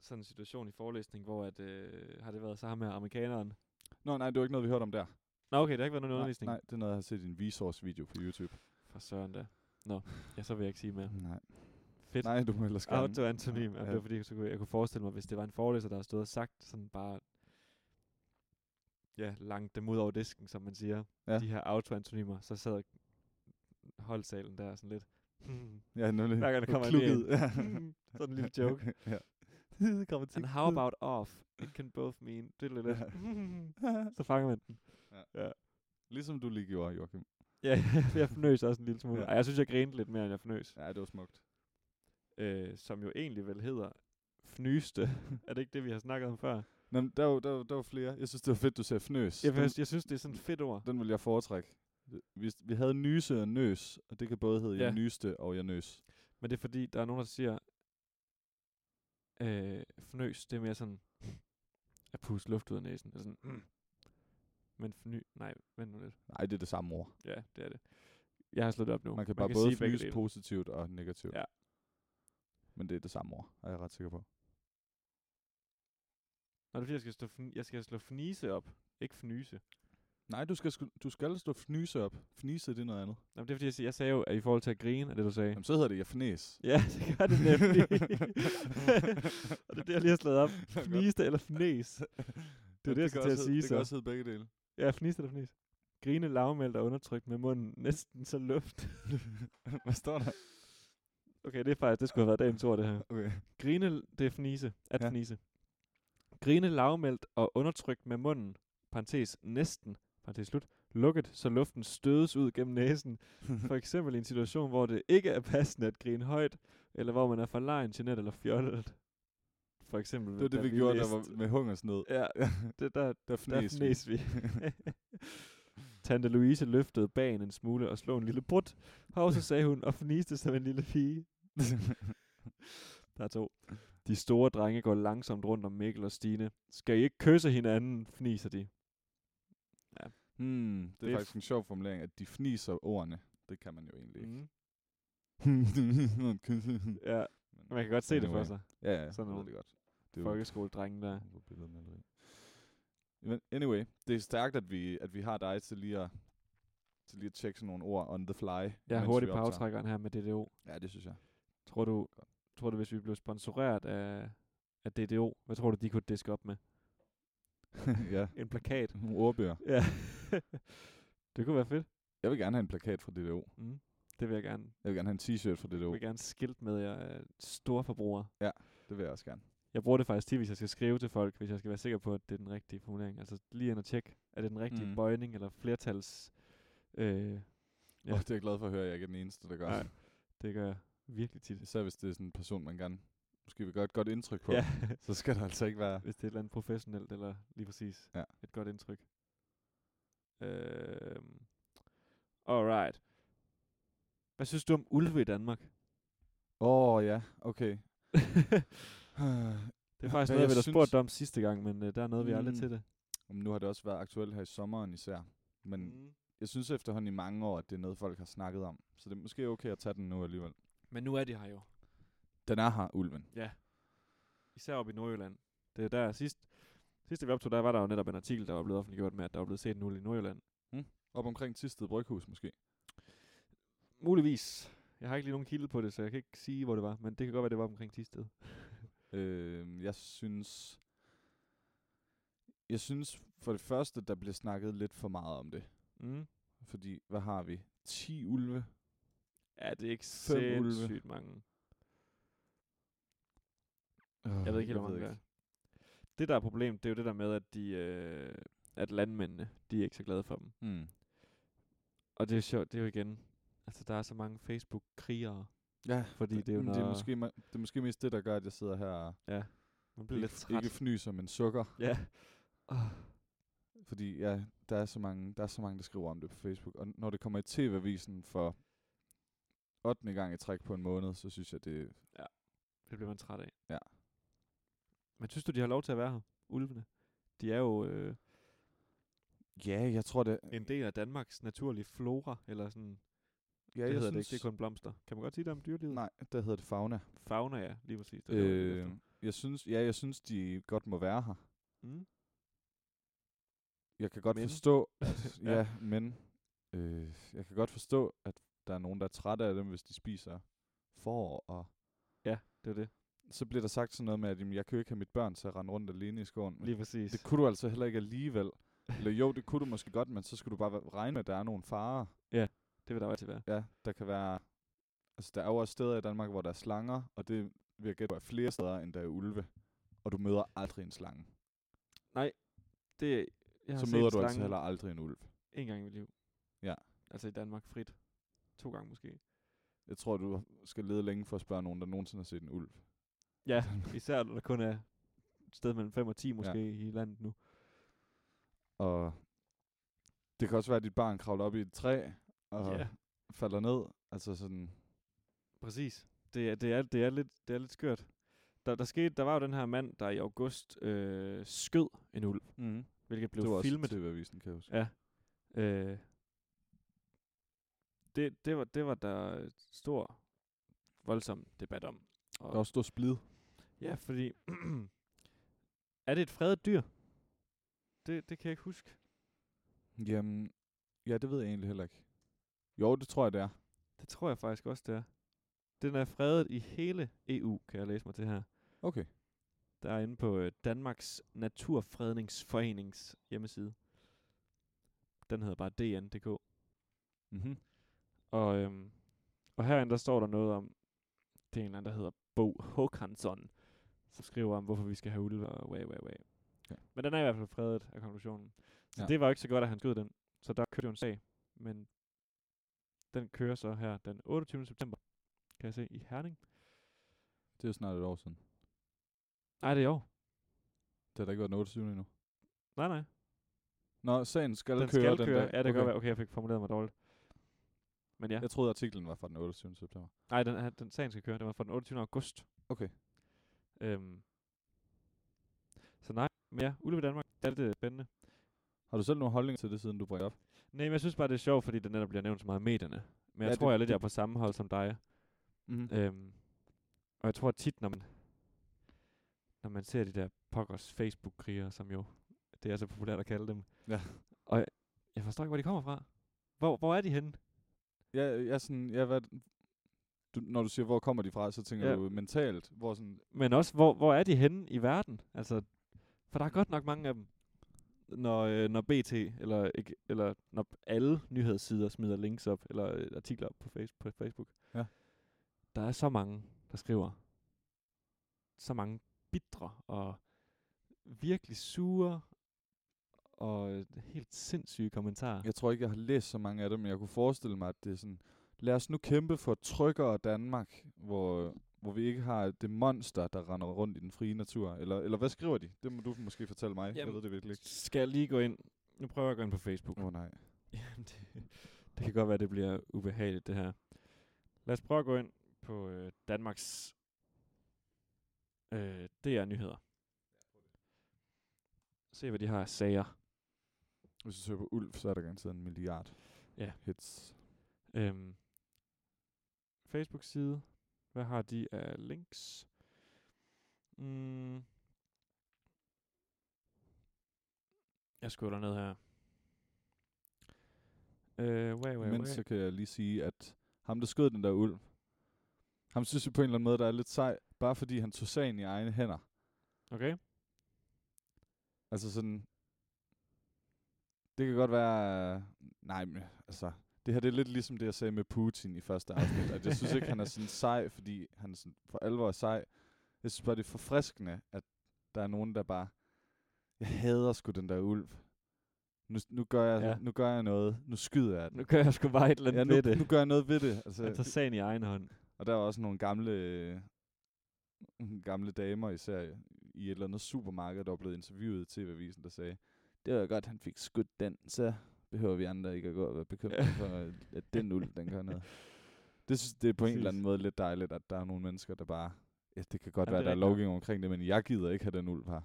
sådan en situation i forelæsning, hvor at, øh, har det været så ham her amerikaneren. Nå, nej, det var ikke noget, vi hørte om der. Nå okay, der har ikke været nogen nej, undervisning. nej, det er noget, jeg har set i en resource-video på YouTube. For søren da. Nå, ja, så vil jeg ikke sige mere. Nej. Fedt. Nej, du må ellers gerne. Autoantonym. Ja, Ja. ja. Det var fordi, så kunne, jeg kunne forestille mig, hvis det var en forelæser, der havde stået og sagt sådan bare, ja, langt dem ud over disken, som man siger. Ja. Ja. De her autoantonymer, så sad holdsalen der sådan lidt. Hmm. Ja, nemlig. Hver gang der kommer en Klukket. en. Ja. Hmm. sådan en lille joke. ja. Det kommer til. And how about off? It can both mean... Ja. Ja. Hmm. Så fanger man den. Ligesom du lige gjorde, Joachim. Ja, jeg fornøs også en lille smule. Ja. Ja. jeg synes, jeg grinede lidt mere, end jeg fornøs. Ja, det var smukt. Øh, som jo egentlig vel hedder fnyste. er det ikke det, vi har snakket om før? Nå, men der, var, der, var, der var flere. Jeg synes, det var fedt, du sagde fnøs. Jeg, den, jeg synes, det er sådan et fedt ord. den ville jeg foretrække. Vi, vi havde nyse og nøs, og det kan både hedde ja. Ja. jeg nyste og jeg nøs. Men det er fordi, der er nogen, der siger, øh, fnøs, det er mere sådan, at puste luft ud af næsen. Eller sådan, mm. Men fny, nej, vent nu lidt. Nej, det er det samme ord. Ja, det er det. Jeg har slået det op nu. Man kan bare både sige begge fnyse dele. positivt og negativt. Ja. Men det er det samme ord, er jeg ret sikker på. Nå, det er fordi, jeg skal, slå fn- jeg skal slå fnise op, ikke fnyse. Nej, du skal, sku- du skal stå fnyse op. Fnise, det er noget andet. Nå, men det er fordi, jeg, siger, jeg sagde jo, at i forhold til at grine, er det, du sagde. Jamen, så hedder det, jeg fnæs. Ja, det gør det nemlig. og det er det, jeg lige har slået op. godt. Fniste eller fnæs. Det er det, jeg skal til at sige Det kan så. også hedde begge dele. Ja, fniste eller fnæs. Grine lavmældt og undertrykt med munden næsten så luft. Hvad står der? Okay, det er faktisk, det skulle have været dagens ord, det her. Okay. Grine, det er fnise. At Ja. ja. fnise. Grine lavmældt og undertrykt med munden, parentes næsten, parentes slut, lukket, så luften stødes ud gennem næsen. For eksempel i en situation, hvor det ikke er passende at grine højt, eller hvor man er for lejen, genet eller fjollet. For eksempel... Det var det, da vi gjorde, der læste- var med hungersnød. Ja, det, der, Der der fnæs. vi. fnæs vi. Tante Louise løftede bagen en smule og slog en lille brut. Og så sagde hun, og fniste som en lille pige. Der er to. De store drenge går langsomt rundt om Mikkel og Stine. Skal I ikke kysse hinanden, fniser de. Hmm, det er Det er faktisk en sjov formulering, at de fniser ordene. Det kan man jo egentlig ikke. Mm. Mm. Ja, man kan godt se det for Anyway. sig. ja, ja, Sådan sådan ved nogle det godt. Det er jo Folkeskoledrengen der. på billedmaleri. Men anyway, det er stærkt, at vi, at vi har dig til lige at, til lige at tjekke sådan nogle ord on the fly. Jeg er mens hurtig vi på optager. aftrækkeren her med DDO. Ja, det synes jeg. Tror du, tror du hvis vi blev sponsoreret af, af DDO, hvad tror du, de kunne diske op med? ja, En plakat? nogle ordbøger. Ja. det kunne være fedt. Jeg vil gerne have en plakat fra DDO. Mm. Det vil jeg gerne. Jeg vil gerne have en t-shirt fra DDO. Jeg vil gerne skilt med jer er storforbruger. Det vil jeg også gerne. Jeg bruger det faktisk tit, hvis jeg skal skrive til folk, hvis jeg skal være sikker på, at det er den rigtige formulering. Altså lige ind og tjekke, er det den rigtige Mhm. mm. bøjning eller flertals... Øh, Ja. Ja. Og det er jeg glad for at høre, at jeg ikke er den eneste, der gør. Nej. det gør jeg virkelig tit. Især hvis det er sådan en person, man gerne måske vil gøre et godt indtryk på. Ja, Så skal der altså ikke være... hvis det er et eller andet professionelt, eller lige præcis Ja. et godt indtryk. Øh, alright. Hvad synes du om ulve i Danmark? Åh oh, ja, okay. det er faktisk Ja, noget, jeg jeg ville have synes- spurgt dig om sidste gang, men øh, der nåede vi aldrig Mm. til det. Men nu har det også været aktuelt her i sommeren især. Men mm. jeg synes efterhånden i mange år, at det er noget, folk har snakket om. Så det er måske okay at tage den nu alligevel. Men nu er de her jo. Den er her, ulven. Især oppe i Nordjylland. Det er der sidst, sidste vi optog, der var der jo netop en artikel, der var blevet offentliggjort med, at der var blevet set en ulv i Nordjylland. Op omkring Tisted Bryghus måske. Muligvis. Jeg har ikke lige nogen kilde på det, så jeg kan ikke sige, hvor det var. Men det kan godt være, det var omkring Tisted. Øh, jeg synes... Jeg synes for det første, der bliver snakket lidt for meget om det. Mm. Fordi, hvad har vi? 10 ulve? Ja, det er ikke Fem ulve. sindssygt mange. Øh, Jeg ved ikke helt, hvor mange det er. Det, der er problemet, det er jo det der med, at, de, øh, at landmændene, de er ikke så glade for dem. Mm. Og det er sjovt, det er jo igen, altså der er så mange Facebook-krigere, Ja, fordi det er jo men når, det, er måske, ma- det er måske mest det, der gør, at jeg sidder her og man bliver ikke, lidt f- træt. ikke fnyser, men sukker. Ja. Oh, Fordi ja, der er, så mange, der er så mange, der skriver om det på Facebook. Og når det kommer i TV-avisen for 8. gang i træk på en måned, så synes jeg, det... Det bliver man træt af. Ja. Men synes du, de har lov til at være her? Ulvene. De er jo øh, Ja, jeg tror det... en del af Danmarks naturlige flora, eller sådan. Ja, det jeg hedder det synes, ikke, det er kun blomster. Kan man godt sige det om dyrelivet? Nej, der hedder det fauna. Fauna, ja, lige præcis. Det var det, jeg var ude Øh, efter. jeg synes, ja, jeg synes, de godt må være her. Mm. Jeg kan godt Men. forstå, at, ja. Ja. men... Øh, jeg kan godt forstå, at der er nogen, der er trætte af dem, hvis de spiser får. Og Det er det. så bliver der sagt sådan noget med, at jamen, jeg kan jo ikke have mit børn til at rende rundt alene i skoven. Men Lige præcis. det kunne du altså heller ikke alligevel. Eller jo, det kunne du måske godt, men så skulle du bare være- regne med, at der er nogle farer. det vil der jo altid være. Ja, der kan være... Altså, der er jo også steder i Danmark, hvor der er slanger, og det vil jeg gætte på er flere steder, end der er ulve. Og du møder aldrig en slange. Det, jeg har Så set møder en du altså slange heller aldrig en ulv. En gang i mit liv. Ja. Altså i Danmark frit. To gange måske. Jeg tror, du skal lede længe for at spørge nogen, der nogensinde har set en ulv. Ja, især når der kun er et sted mellem 5 og 10 måske ja. i landet nu. Og det kan også være, at dit barn kravler op i et træ og Ja. yeah. falder ned. Altså sådan, Præcis. Det er, det er, det er, lidt, det er lidt skørt. Der, der, skete, der var jo den her mand, der i august øh, skød en ulv, mm. hvilket Mm-hmm. blev det var filmet. også TV-avisen, kan jeg huske. Ja. Øh, det, det, var, det var der stor, voldsom debat om. Og, Der var stor splid. Ja, fordi... er det et fredet dyr? Det, det kan jeg ikke huske. Jamen, ja, det ved jeg egentlig heller ikke. Jo, det tror jeg, det er. Det tror jeg faktisk også, det er. Den er fredet i hele EU, kan jeg læse mig til her. Okay. Der er inde på øh, Danmarks Naturfredningsforenings hjemmeside. Den hedder bare dn.dk. Mm-hmm. Og, øhm, og herinde, der står der noget om, det er en eller anden, der hedder Bo Håkansson, som skriver om, hvorfor vi skal have ulve og way, way, way. Ja. Men den er i hvert fald fredet af konklusionen. Så Ja. ja. det var jo ikke så godt, at han skød den. Så der kørte jo en sag, men den kører så her den 28. september, kan jeg se, i Herning. Det er jo snart et år siden. Nej, det er i år. Det har da ikke været den 28. endnu. Nej, nej. Nå, sagen skal den køre skal den køre. dag. Ja, det okay. kan være. Okay, jeg fik formuleret mig dårligt. Men ja. Jeg troede, artiklen var fra den 28. september. Nej, den, er- den sagen skal køre. Den var fra den 28. august. Okay. Øhm. Så nej, men ja, ulve i Danmark, det er lidt øh, spændende. Har du selv nogle holdninger til det, siden du brændte op? Nej, men jeg synes bare, det er sjovt, fordi det netop bliver nævnt så meget i medierne. Men jeg Ja, tror, det- jeg er lidt det- jeg er på samme hold som dig. Mm-hmm. Øhm. Og jeg tror tit, når man, når man ser de der pokkers Facebook-krigere, som jo det er så populært at kalde dem. Ja. Og jeg, jeg forstår ikke, hvor de kommer fra. Hvor, hvor er de henne? Ja, jeg er sådan, ja, hvad, du, når du siger, hvor kommer de fra, så tænker Ja. ja. du mentalt, hvor sådan, Men også, hvor, hvor er de henne i verden? Altså, for der er godt nok mange af dem. Når, øh, når BT, eller, ikke, eller når alle nyhedssider smider links op, eller øh, artikler op på, face, på Facebook. Ja. Der er så mange, der skriver. Så mange bitre og virkelig sure og øh, helt sindssyge kommentarer. jeg tror ikke, jeg har læst så mange af dem, men jeg kunne forestille mig, at det er sådan, lad os nu kæmpe for et tryggere Danmark, hvor, hvor vi ikke har det monster, der render rundt i den frie natur. Eller, eller hvad skriver de? Det må du måske fortælle mig. Jamen. Jeg Jamen, ved det virkelig ikke. Skal jeg lige gå ind? Nu prøver jeg at gå ind på Facebook. Åh oh, nej. Jamen, det, det kan godt være, det bliver ubehageligt, det her. Lad os prøve at gå ind på øh, Danmarks øh, DR-nyheder. Se, hvad de har af sager. Hvis du søger på ulv, så er der garanteret en milliard Ja. hits. Øhm, Facebook-side. Hvad har de af links? Mm. Jeg scroller ned her. Øh, wait, wait, Men wait. så kan jeg lige sige, at ham, der skød den der ulv, ham synes jeg på en eller anden måde, der er lidt sej, bare fordi han tog sagen i egne hænder. Okay. Altså sådan, det kan godt være, nej, men altså, det her det er lidt ligesom det, jeg sagde med Putin i første afsnit, at jeg synes ikke, han er sådan sej, fordi han er sådan for alvor er sej. Jeg synes bare, det er forfriskende, at der er nogen, der bare, jeg hader sgu den der ulv. Nu, nu, gør jeg, Ja. ja. nu gør jeg noget. Nu skyder jeg den. Nu gør jeg sgu bare et eller andet Ja, ved nu, det. nu gør jeg noget ved det. Altså, Jeg tager sagen i egen hånd. Og der var også nogle gamle, øh, nogle gamle damer især i et eller andet supermarked, der var blevet interviewet i TV-avisen, der sagde, det var godt, han fik skudt den, så behøver vi andre ikke at gå og være bekymrede for, at- at den ulv, den gør noget. Det, synes, det er på en eller anden måde lidt dejligt, at der er nogle mennesker, der bare, ja, det kan godt Jamen, Jamen, være, det er der er rigtigt nok. lovgivning omkring det, men jeg gider ikke have den ulv her.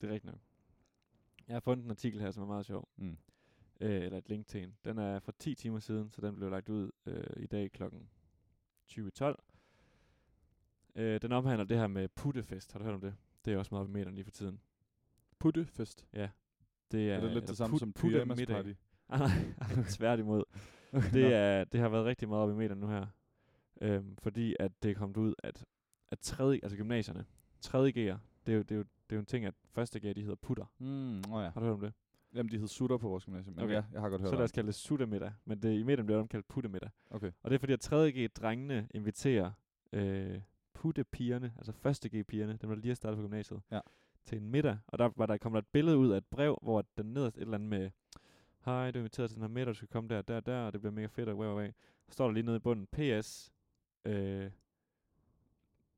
Det er rigtigt nok. Jeg har fundet en artikel her, som er meget sjov. Mm. Øh, eller et link til en. Den er fra 10 timer siden, så den blev lagt ud øh, i dag klokken 20.12. Øh, den omhandler det her med puttefest. Har du hørt om det? Det er også meget på meteren lige for tiden. Puttefest. Det er, Ja, er det lidt eller det samme put- som puttemiddag. pyjamas party? Ah, nej, tværtimod. det, er, det har været rigtig meget op i meterne nu her. Øhm, fordi at det er kommet ud, at, at tredje, altså gymnasierne, 3.G'er, det er, jo, det, er jo, det er jo en ting, at 1.G'er, de hedder putter. Mm, oh ja. Har du hørt om det? Jamen, de hed sutter på vores gymnasium, men Okay. okay. ja, jeg har godt hørt Så om lad os det. kalde det suttermiddag, men det, i midten bliver det omkaldt puttemiddag. Okay. Og det er fordi, at 3.G-drengene inviterer øh, puttepigerne, altså 1.G-pigerne, dem der lige har startet på gymnasiet, Ja. til en middag. Og der var der kommet et billede ud af et brev, hvor den nederst et eller andet med, hej, du er inviteret til den her middag, du skal komme der, der, der, og det bliver mega fedt, og wow, wow, wow. Så står der lige nede i bunden, PS, øh,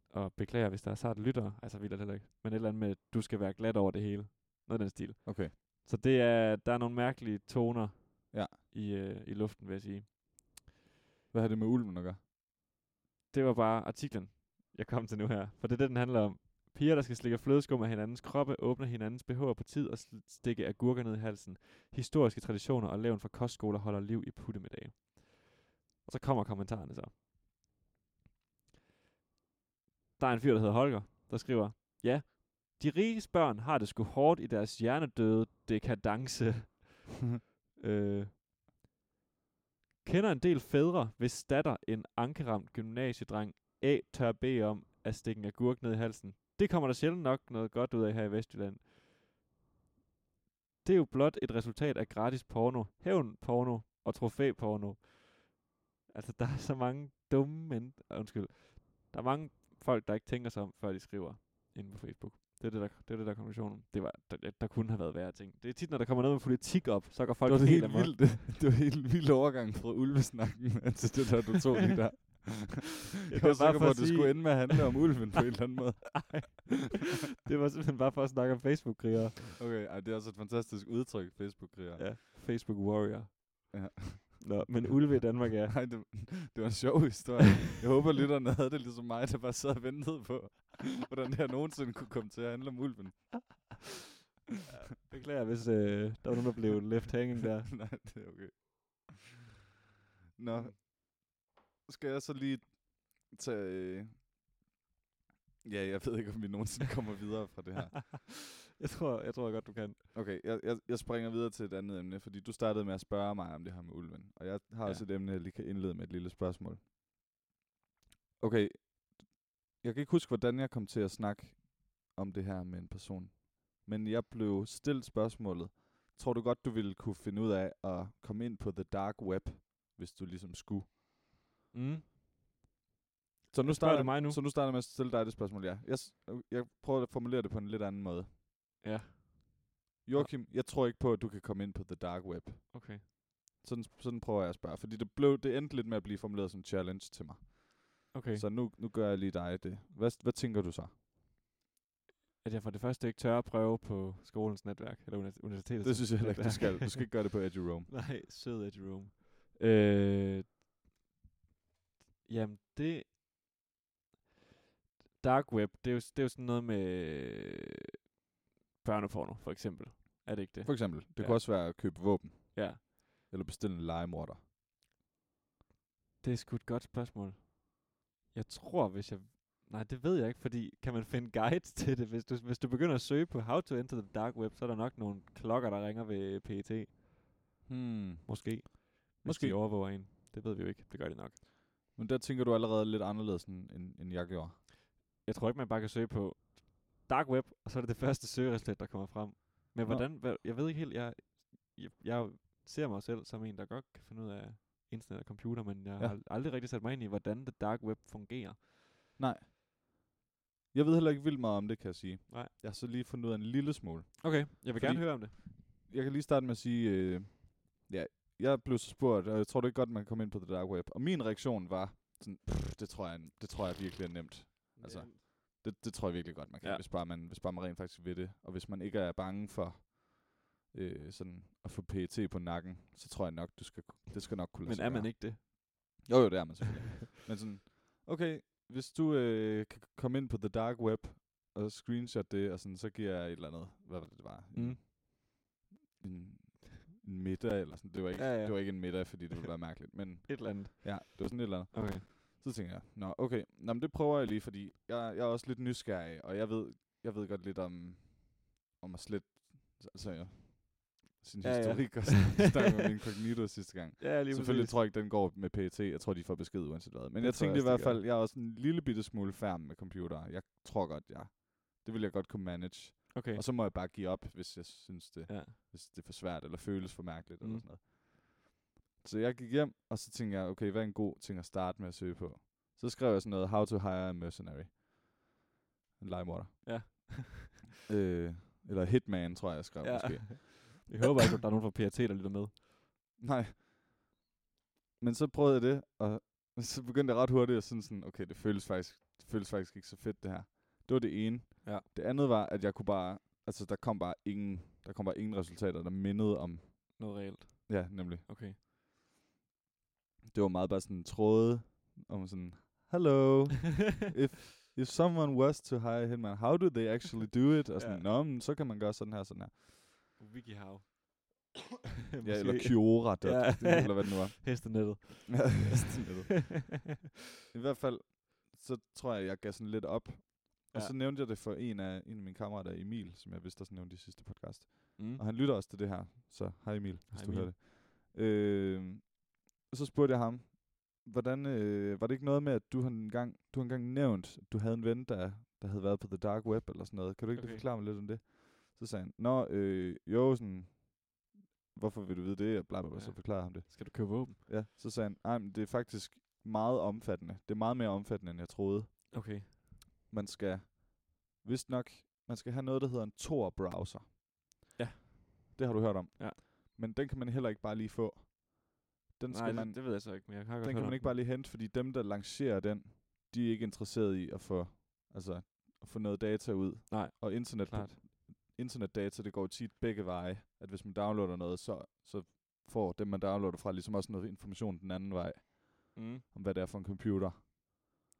og beklager, hvis der er sart lytter, altså vildt er det heller ikke, men et eller andet med, du skal være glad over det hele. Noget af den stil. Okay. Så det er, der er nogle mærkelige toner Ja. i, øh, i luften, vil jeg sige. Hvad har det med ulven at gøre? Det var bare artiklen, jeg kom til nu her. For det er det, den handler om. Piger, der skal slikke flødeskum af hinandens kroppe, åbner hinandens behov på tid og sl- stikke agurker ned i halsen. Historiske traditioner og laven fra kostskoler holder liv i puttemiddag. Og så kommer kommentarerne så. Der er en fyr, der hedder Holger, der skriver, Ja, de riges børn har det sgu hårdt i deres hjernedøde dekadence. øh, Kender en del fædre, hvis datter en ankeramt gymnasiedreng A tør bede om at stikke en agurk ned i halsen. Det kommer der sjældent nok noget godt ud af her i Vestjylland. Det er jo blot et resultat af gratis porno, hævn porno og trofæporno. Altså, der er så mange dumme men Undskyld. Der er mange folk, der ikke tænker sig om, før de skriver inde på Facebook. Det er det, der, det er det, der er konklusionen. Det var, der, der, kunne have været værre ting. Det er tit, når der kommer noget med politik op, så går folk det var helt helt amok. vildt. det var helt vild overgang fra ulvesnakken til det der, du tog lige der. jeg det var var bare sikker for på, at at det sige- skulle ende med at handle om ulven på en eller anden måde. Det var simpelthen bare for at snakke om Facebook-krigere. Okay, ej, det er også et fantastisk udtryk, Facebook-kriger. Ja. Facebook Warrior. Ja. Nå, men ulve i Danmark er... Nej, det, det var en sjov historie. Jeg håber, lytterne havde det ligesom mig, der bare sad og ventede på, hvordan det her nogensinde kunne komme til at handle om ulven. Beklager, hvis øh, der var nogen, der blev left hanging der. Nej, det er okay. Nå, skal jeg så lige tage... øh, Ja, jeg ved ikke, om vi nogensinde kommer videre fra det her. jeg, tror, jeg tror godt, du kan. Okay, jeg, jeg, jeg springer videre til et andet emne, fordi du startede med at spørge mig om det her med ulven. Og jeg har Ja. ja. også et emne, jeg lige kan indlede med et lille spørgsmål. Okay, jeg kan ikke huske, hvordan jeg kom til at snakke om det her med en person. Men jeg blev stillet spørgsmålet, tror du godt, du ville kunne finde ud af at komme ind på the dark web, hvis du ligesom skulle? Mm. Så Nu starter du mig nu. Så nu starter jeg med at stille dig det spørgsmål, ja. Jeg, s- jeg prøver at formulere det på en lidt anden måde. Ja. Joachim, jeg tror ikke på, at du kan komme ind på the dark web. Okay. Sådan, sådan prøver jeg at spørge, fordi det, blev, det endte lidt med at blive formuleret som en challenge til mig. Okay. Okay. Så. Så nu, nu gør jeg lige dig det. Hvad, hvad tænker du så? At jeg for det første ikke tør at prøve på skolens netværk, eller uni- universitetets Det synes jeg heller ikke, du netværk. skal. Du skal ikke gøre det på Edgy Rome. Nej, sød af Jerome. Øh, jamen, det... Dark web, det er jo, det er jo sådan noget med øh, børneporno, for eksempel. Er det ikke det? For eksempel, det ja. Ja. kunne også være at købe våben, Ja. eller bestille en legemorder. Det er sgu et godt spørgsmål. Jeg tror, hvis jeg... Nej, det ved jeg ikke, fordi kan man finde guides til det? Hvis du, hvis du begynder at søge på how to enter the dark web, så er der nok nogle klokker, der ringer ved PET. Hmm. Måske. Hvis Måske. de overvåger en. Det ved vi jo ikke. Det gør de nok. Men der tænker du allerede lidt anderledes, end, end, end jeg gjorde. Jeg tror ikke, man bare kan søge på dark web, og så er det det første søgeresultat, der kommer frem. Men Nå. hvordan... Hvad, jeg ved ikke helt... Jeg, jeg, jeg ser mig selv som en, der godt kan finde ud af internet og computer, men jeg ja. Ja. har aldrig rigtig sat mig ind i, hvordan the dark web fungerer. Jeg ved heller ikke vildt meget om det, kan jeg sige. Nej. Jeg har så lige fundet ud af en lille smule. Okay, jeg vil Fordi- gerne høre om det. jeg kan lige starte med at sige, øh, ja, jeg blev så spurgt, og jeg tror det er godt, man kan komme ind på det dark web. Og min reaktion var, sådan, "Pff, det tror jeg, det tror jeg virkelig er nemt. Altså, Det, det tror jeg virkelig godt, man kan, Ja. ja. hvis, bare man, hvis bare man rent faktisk ved det. Og hvis man ikke er bange for øh, sådan at få PET på nakken, så tror jeg nok, du skal, ku- det skal nok kunne lade Men sig er man gøre. ikke det? Jo, jo, det er man selvfølgelig. Men sådan, okay, hvis du øh, kan komme ind på the dark web og screenshot det, og sådan, så giver jeg et eller andet, hvad var det, det var? En- Mm. en, en middag eller sådan. Det var, ikke, Ja, ja, ja. ja. det var ikke en middag, fordi det ville være mærkeligt, men Et eller andet. ja, det var sådan et eller andet. Okay. Så tænker jeg, nå okay, nå, men det prøver jeg lige, fordi jeg, jeg er også lidt nysgerrig, og jeg ved, jeg ved godt lidt om, om at slet, altså ja, sin Ja, ja. historik, og så snakkede om incognito sidste gang. Ja, lige Selvfølgelig tror jeg ikke, den går med PT. Jeg tror, de får besked uanset hvad. Men Det jeg tror jeg tænkte i også, hvert de gør. fald, jeg er også en lille bitte smule færm med computer. Jeg tror godt, jeg... Det vil jeg godt kunne manage. Okay. Og så må jeg bare give op, hvis jeg synes, det, Ja. hvis det er for svært, eller føles for mærkeligt, mm. eller Mm. sådan noget. Så jeg gik hjem, og så tænkte jeg, okay, hvad er en god ting at starte med at søge på? Så skrev jeg sådan noget, how to hire a mercenary. En legemorder. Ja. øh, eller hitman, tror jeg, jeg skrev ja. Ja. måske. Jeg håber ikke, at der er nogen fra PRT, der lytter med. Nej. Men så prøvede jeg det, og så begyndte jeg ret hurtigt at synes sådan, okay, det føles faktisk, det føles faktisk ikke så fedt det her. Det var det ene. Ja. Det andet var, at jeg kunne bare, altså der kom bare ingen, der kom bare ingen resultater, der mindede om, Noget reelt. ja, nemlig. Okay. Det var meget bare sådan tråde om sådan, hello, if, if someone was to hire Hitman, how do they actually do it? Og sådan, Ja. ja. nå, men så kan man gøre sådan her, sådan her. WikiHow. Ja, eller Kiora, Ja. ja. eller hvad det nu var. Hestenettet. Ja, sådan noget. I hvert fald, så tror jeg, jeg gav sådan lidt op. Og Ja. så nævnte jeg det for en af, en af mine kammerater, Emil, som jeg vidste også nævnte i sidste podcast. mm. Og han lytter også til det her, så hej Emil, hvis Hej du Emil. hører det. Øh, og så spurgte jeg ham, hvordan, øh, var det ikke noget med, at du har engang, du har engang nævnt, at du havde en ven, der, der havde været på The Dark Web eller sådan noget. Kan du ikke okay. Okay. forklare mig lidt om det? Så sagde han, nå, øh, jo, sådan, hvorfor vil du vide det? Og bla, bla, bla, ja. så Ja. forklarede jeg ham det. Skal du købe våben? Ja, så sagde han, nej, men det er faktisk meget omfattende. Det er meget mere omfattende, end jeg troede. Okay. Man skal, vist nok, man skal have noget, der hedder en Tor-browser. Ja. Det har du hørt om. Ja. Men den kan man heller ikke bare lige få. Den, Nej, skal man, man, det, det ved jeg så ikke, men jeg har godt den kan hørt man om ikke bare lige hente, fordi dem, der lancerer den, de er ikke interesseret i at få, altså, at få noget data ud. Nej, Og internet, Klart. internetdata, det går jo tit begge veje. At hvis man downloader noget, så, så får dem, man downloader fra, ligesom også noget information den anden vej, Mm. om hvad det er for en computer,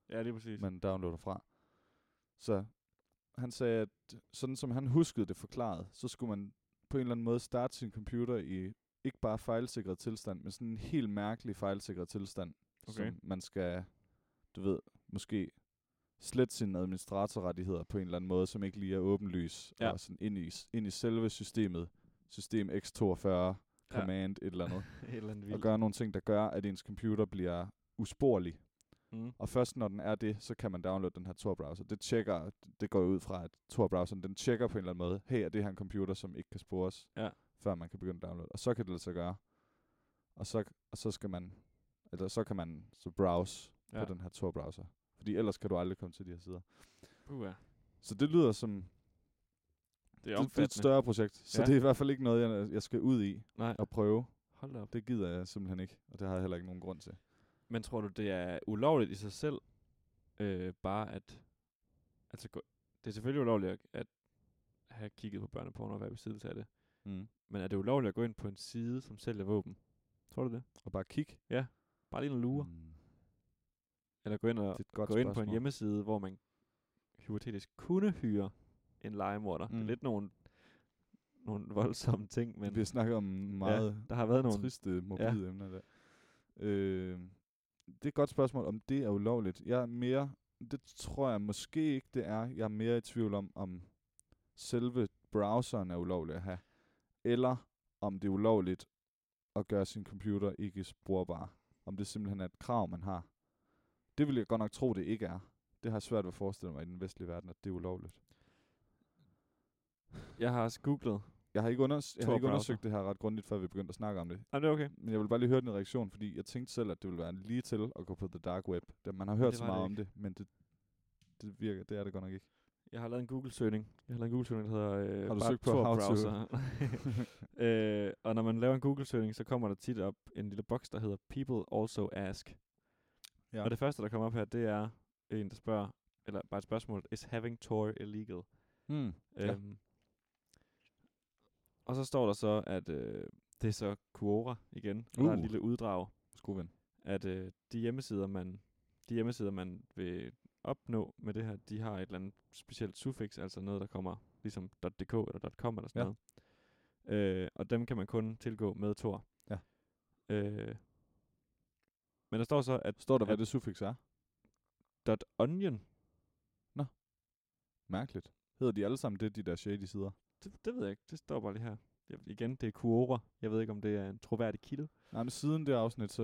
Ja, lige præcis. man downloader fra. Så han sagde, at sådan som han huskede det forklaret, så skulle man på en eller anden måde starte sin computer i ikke bare fejlsikret tilstand, men sådan en helt mærkelig fejlsikret tilstand, Okay. som man skal, du ved, måske slet sine administratorrettigheder på en eller anden måde, som ikke lige er åbenlys, Ja. og sådan ind i, s- ind i selve systemet, system X42, command, et eller andet, Et eller andet og vildt. gøre nogle ting, der gør, at ens computer bliver usporlig. Mm. Og først når den er det, så kan man downloade den her Tor-browser. Det tjekker, det går jeg ud fra, at Tor-browseren, den tjekker på en eller anden måde, hey, er det her en computer, som ikke kan spores, Ja. før man kan begynde at downloade. Og så kan det lade sig gøre. Og så, og så skal man, eller så kan man så browse ja. Ja. på den her Tor-browser. Fordi ellers kan du aldrig komme til de her sider. Puh, ja. Så det lyder som det, Det er det er et omfattende. større projekt. Så ja. Ja. det er i hvert fald ikke noget, jeg, jeg skal ud i Nej, og prøve. hold da op. Det gider jeg simpelthen ikke, og det har jeg heller ikke nogen grund til. Men tror du, det er ulovligt i sig selv, øh, bare at... Altså, gå- det er selvfølgelig ulovligt at, at have kigget på børneporno og være i besiddelse af det. Mm. Men er det ulovligt at gå ind på en side, som sælger våben? Tror du det? Og bare kigge. Bare lige en lure. Mm. Mm. Eller gå ind, og, Det er et godt gå ind på en spørgsmål. hjemmeside, hvor man hypotetisk kunne hyre en legemorder. Mm. Det Mm. er lidt nogle, nogle voldsomme ting, men Men vi snakker om meget der har været ja, nogle... triste, morbide ja. emner der. Øh, det er et godt spørgsmål, om det er ulovligt. Jeg er mere, det tror jeg måske ikke, det er. Jeg er mere i tvivl om, om selve browseren er ulovlig at have, eller om det er ulovligt at gøre sin computer ikke sporbar. Om det simpelthen er et krav, man har. Det vil jeg godt nok tro, det ikke er. Det har jeg svært ved at forestille mig i den vestlige verden, at det er ulovligt. Jeg har også googlet. Jeg har ikke, unders- jeg har Tor ikke browser. undersøgt det her ret grundigt, før vi begyndte at snakke om det. Ah, det er okay. Men jeg vil bare lige høre din reaktion, fordi jeg tænkte selv, at det ville være lige til at gå på The Dark Web. Det, man har hørt det så var det meget om det, men det, det virker, det er det godt nok ikke. Jeg har lavet en Google-søgning. Jeg har lavet en Google-søgning, der hedder... Øh, Har du bare søgt på Tor how to? browser. øh, og når man laver en Google-søgning, så kommer der tit op en lille boks, der hedder People Also Ask. Ja. Ja. Og det første, der kommer op her, det er en, der spørger, eller bare et spørgsmål, is having Tor illegal? Hmm. Ja. Ja. Øhm, og så står der så, at øh, det er så Quora igen, og der er Uh. en lille uddrag, God ven. at øh, de hjemmesider, man de hjemmesider, man vil opnå med det her, de har et eller andet specielt suffix, altså noget, der kommer ligesom .dk eller .com eller sådan ja. Ja. noget. Øh, og dem kan man kun tilgå med Tor. Ja. Øh, men der står så, at Står der, hvad Ja. det suffix er? .onion, Mærkeligt. Hedder de alle sammen det, de der shady sider? det, det ved jeg ikke, det står bare lige her. Jeg, igen, det er Quora. Jeg ved ikke, om det er en troværdig kilde. Nej, men siden det afsnit, så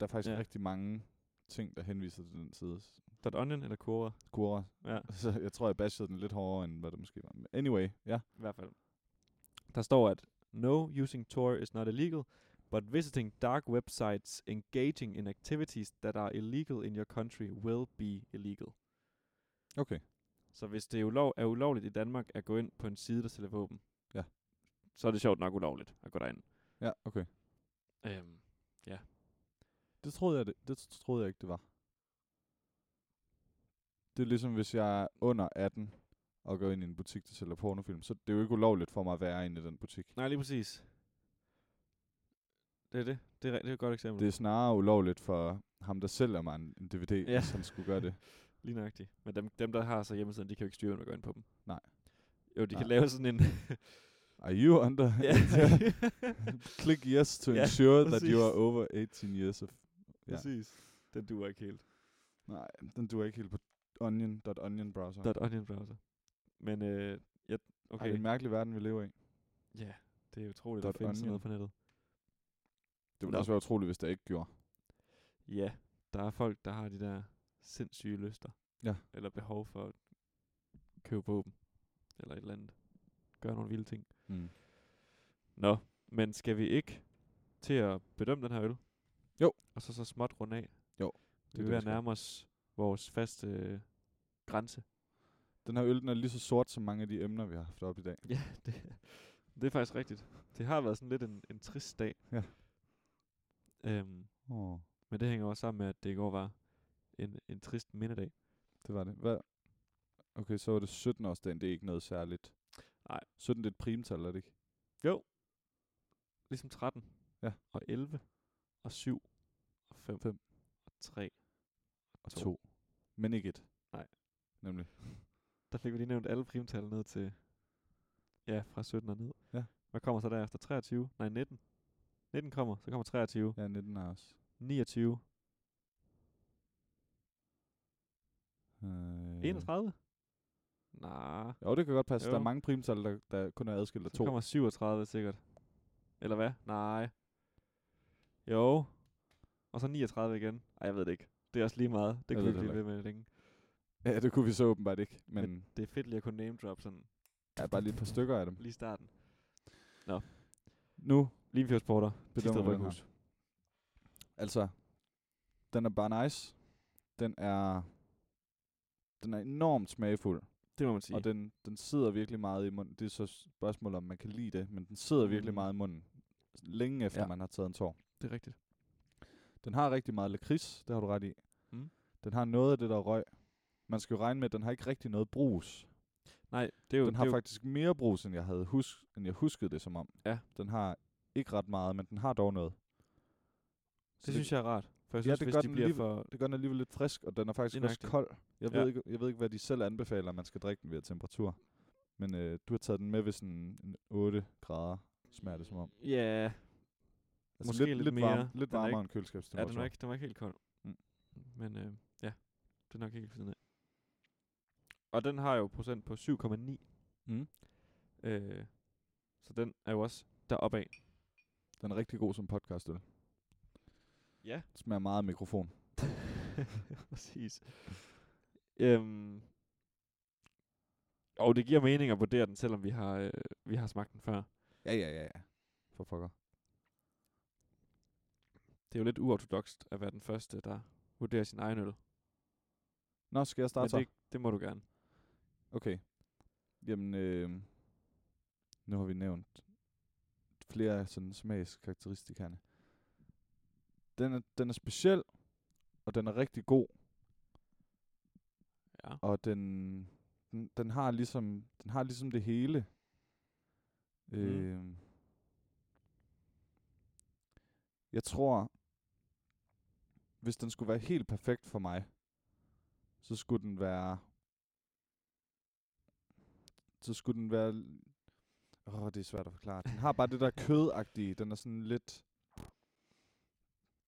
der er faktisk Ja. ja. rigtig mange ting, der henviser til den side. Dot .onion eller Quora? Quora. Ja, Så jeg tror, jeg bashede den lidt hårdere, end hvad det måske var. Men Anyway, ja. i hvert fald. Der står, at no using Tor is not illegal, but visiting dark websites engaging in activities that are illegal in your country will be illegal. Okay. Så hvis det er, ulov, er ulovligt i Danmark at gå ind på en side, der sælger våben, Ja. så er det sjovt nok ulovligt at gå derind. Ja, okay. Øhm, Det troede jeg, det, det troede jeg ikke, det var. Det er ligesom, hvis jeg er under 18 og går ind i en butik, der sælger pornofilm, så det er jo ikke ulovligt for mig at være inde i den butik. nej, lige præcis. Det er det. Det er, ri- det er et godt eksempel. Det er snarere ulovligt for ham, der sælger mig en, en DVD, Ja. ja. hvis han skulle gøre det. Lige nøjagtigt. Men dem, dem, der har så hjemmesiden, de kan jo ikke styre, hvem der går ind på dem. Nej. Jo, de Nej. kan Nej. lave sådan en... Are you under? Ja. Click yes to Ja, ensure that præcis. you are over 18 years of... Ja. Præcis. Den duer ikke helt. Nej, den duer ikke helt på onion, dot onion browser. Dot onion browser. Men øh, jeg, Okay. Ej, det er okay. en mærkelig verden, vi lever i. Ja, det er utroligt, Dot at finde sådan onion. noget på nettet. Det ville Nå. også være utroligt, hvis det ikke gjorde. Ja, der er folk, der har de der sindssyge lyster. Ja. Eller behov for at købe våben. Eller et eller andet. Gøre nogle vilde ting. Mm. Nå, men skal vi ikke til at bedømme den her øl? Jo. Og så så småt runde af. Det Det vil er det, være vi skal. nærme os vores faste øh, grænse. Den her øl, den er lige så sort som mange af de emner, vi har haft op i dag. Ja, det, det er faktisk rigtigt. Det har været sådan lidt en, en trist dag. Ja. Øhm, Åh, oh, men det hænger også sammen med, at det i går var en, en trist mindedag. det var det. Hvad? Okay, så var det 17 årsdagen. Det er ikke noget særligt. Nej. 17 det er et primtal, er det ikke? Ligesom 13. Ja. Og 11. Og 7. Og 5. Fem. Og 3. Og To. 2. Men ikke et. Nej. Nemlig. Der fik vi lige nævnt alle primtal ned til, ja, fra 17 og ned. Ja. Hvad kommer så derefter? 23? Nej, 19. 19 kommer, så kommer 23. Ja, 19 er også. 29. Øh, 31? Nej. Jo, det kan godt passe. Jo. Der Jo. er mange primtal, der, der kun er adskilt af Så to. kommer 37 sikkert. Eller hvad? Nej. Jo. Og så 39 igen. Ej, jeg ved det ikke. Det er også lige meget. Det Jeg kan vi ved ikke det blive ved med længe. Ja, det kunne vi så åbenbart ikke. Men, men Det er fedt lige at kunne name drop sådan ja, bare lige et par stykker af dem. lige i starten. Nu Limfjords Porter. bedømmer vi den her. Altså, den er bare nice. Den er, den er enormt smagfuld. Det må man sige. Og den, den sidder virkelig meget i munden. Det er så spørgsmålet, om man kan lide det, men den sidder virkelig Mm. meget i munden. Længe efter Ja. ja. man har taget en tår. det er rigtigt. Den har rigtig meget lakrids, det har du ret i. Mm. Den har noget af det der røg. Man skal jo regne med, at den har ikke rigtig noget brus. Nej, det er jo... Den har det er jo faktisk mere brus, end jeg, havde hus- end jeg huskede det som om. Ja. Den har ikke ret meget, men den har dog noget. det, synes jeg er rart. For jeg Ja, synes, det hvis gør de den bliver lige- for... Det gør den alligevel lidt frisk, og den er faktisk Lige også nøjagtigt. kold. Jeg, Ja. ved ikke, jeg ved ikke, hvad de selv anbefaler, at man skal drikke den ved af temperatur. Men øh, du har taget den med ved sådan en 8 grader, smager det som om. Ja, Altså Måske lidt mere. Varm, lidt Den er varmere ikke- end ja den, køleskabstemperatur. var ikke, den var ikke helt kold. Mm. Men øh, ja, det er nok ikke helt siden af. Og den har jo procent på 7,9. Mm. Øh, så den er jo også deroppe af. Den er rigtig god som podcast, øl. Ja. Den smager meget af mikrofon. Præcis. Øhm. Og det giver mening at vurdere den, selvom vi har, øh, vi har smagt den før. Ja, ja, ja, ja. For pokker. Det er jo lidt uortodokst at være den første, der vurderer sin egen øl. Nå, skal jeg Men starte så? det, det må du gerne. Okay. Jamen, øh, nu har vi nævnt flere af sådan smagskarakteristikerne. Den er, den er speciel, og den er rigtig god, Ja. og den, den, den, har, ligesom, den har ligesom det hele. Mm. Øh, jeg tror, hvis den skulle være helt perfekt for mig, så skulle den være så skulle den være... l- Åh, oh, det er svært at forklare. Den har bare det der kødagtige. Den er sådan lidt...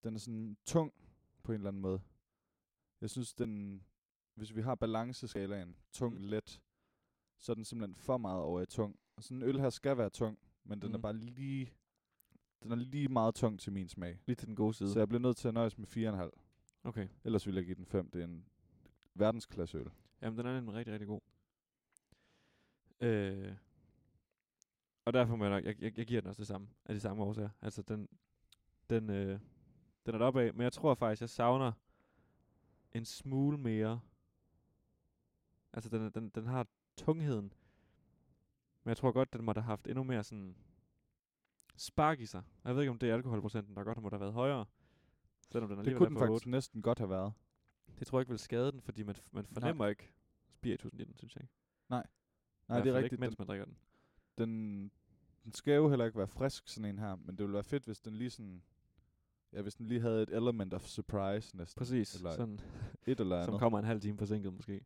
Den er sådan tung på en eller anden måde. Jeg synes, den... Hvis vi har balanceskalaen, tung, Mm. let, så er den simpelthen for meget over i tung. Og sådan en øl her skal være tung, men den mm. er Mm. bare lige... Den er lige meget tung til min smag. Lige til den gode side. Så jeg bliver nødt til at nøjes med 4,5. Okay. Ellers ville jeg give den 5. Det er en verdensklasse øl. Jamen, den er nemlig rigtig, rigtig god. Øh, og derfor må jeg nok, jeg, jeg, jeg giver den også det samme, af de samme årsager. Altså, den, den, øh, den er deroppe af, men jeg tror faktisk, jeg savner en smule mere. Altså, den, er- den, den har tungheden, men jeg tror godt, den måtte have haft endnu mere sådan spark i sig. Og Jeg ved ikke, om det er alkoholprocenten, der godt måtte have været højere. Selvom den Det alligevel kunne er den på faktisk næsten godt have været. det tror jeg ikke vil skade den, fordi man, man fornemmer Nej. ikke spiritusen i den, synes jeg. ikke. I Nej, hvert det fald er rigtigt. Ikke, mens man drikker den. den, den skal jo heller ikke være frisk, sådan en her, men det ville være fedt, hvis den lige sådan, ja, hvis den lige havde et element of surprise næsten. Præcis, Eller eller sådan, Et eller som andet. kommer en halv time forsinket måske.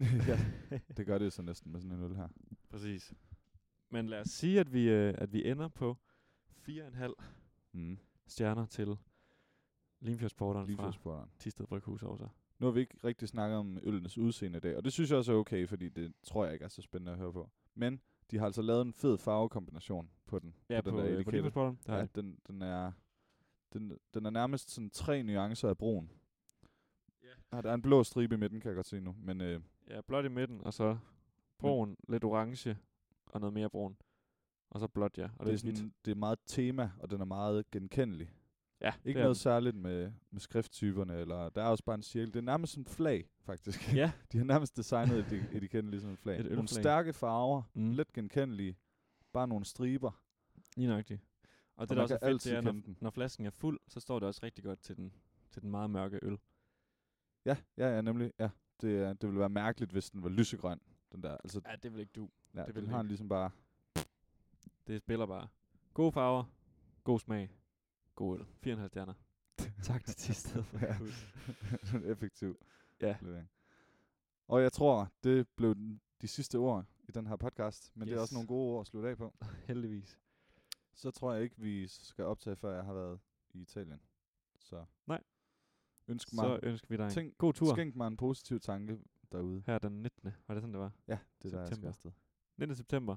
ja, det gør det jo så næsten med sådan en øl her. Præcis. Men lad os sige, at vi, øh, at vi ender på 4,5 Mm. stjerner til Limfjordsporteren fra Livsforspørgeren. Tisted Bryghus over sig. Nu har vi ikke rigtig snakket om øllenes udseende i dag, og det synes jeg også er okay, fordi det tror jeg ikke er så spændende at høre på. Men de har altså lavet en fed farvekombination på den. Ja, på, den der øh, på etikette. Limfjordsporteren. Der Ja, er den, den er den, den er nærmest sådan tre nuancer af brun. Ja. Ah, der er en blå stribe i midten, kan jeg godt se nu. Men øh, ja, blåt i midten, og så brun, lidt orange, og noget mere brun. Og så blåt, ja. Og det, er lidt hvidt. sådan, det er meget tema, og den er meget genkendelig. Ja, det Ikke er noget den. særligt med, med skrifttyperne, eller der er også bare en cirkel. Det er nærmest sådan et flag, faktisk. Ja, De har nærmest designet et et etiketten som et flag. Et nogle ølflag. stærke farver, Mm. mm. let genkendelige, bare nogle striber. Lige nøjagtigt. Og det, man der også er kan fedt, altid det er, når, kende den. når flasken er fuld, så står det også rigtig godt til den, til den meget mørke øl. Ja, ja, ja, nemlig. Ja. Det, er- det ville være mærkeligt, hvis den var lysegrøn, den der. Altså, Ja, det vil ikke du. ja, det det vil den har ikke. den ligesom bare... Det spiller bare. Gode farver, god smag, god øl. 4,5 stjerner. tak til Tisted for Ja. ja. effektiv Ja. levering. Og jeg tror, det blev den- de sidste ord i den her podcast, men yes. det er også Yes. nogle gode ord at slutte af på. Heldigvis. Så tror jeg ikke, vi skal optage, før jeg har været i Italien. Så Nej. ønsk mig, Så ønsker vi dig en Tænk- god tur skænk mig en positiv tanke derude. her den 19. Var det sådan, det var? Ja, det er der, jeg skal September. afsted. 19. september.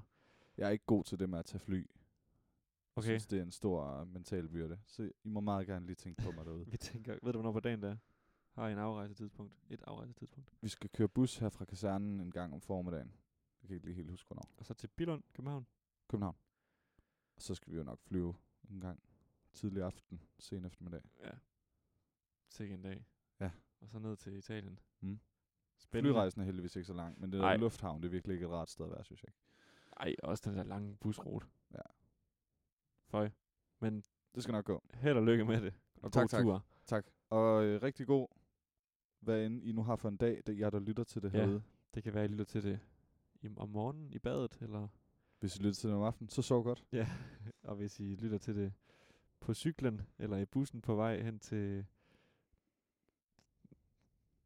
Jeg er ikke god til det med at tage fly. Jeg Okay. synes, det er en stor øh, mental byrde. Så I må meget gerne lige tænke på mig derude. Vi tænker, ved du, hvornår på dagen det er? Har I en afrejsetidspunkt? Et afrejsetidspunkt. Vi skal køre bus her fra kasernen en gang om formiddagen. Jeg kan ikke lige helt huske, hvornår. Og så til Billund, København. København. Og så skal vi jo nok flyve en gang tidlig aften, sen eftermiddag. Ja. Sikke en dag. Ja. Og så ned til Italien. Mm. Spændende. Flyrejsen er heldigvis ikke så lang, men det der Ej. lufthavn, det er virkelig ikke et rart sted at være, synes jeg. Ej, også den der lange busrute. Ja. Føj. Men Det skal nok gå. held og lykke med det. Og Tak, god tak. tur. Tak. Og øh, rigtig god, hvad end I nu har for en dag, det er jer, der lytter til det Ja. ja. herude. Det kan være, at I lytter til det i, om morgenen i badet, eller... Hvis I lytter til det om aftenen, så sov godt. Ja, og hvis I lytter til det på cyklen, eller i bussen på vej hen til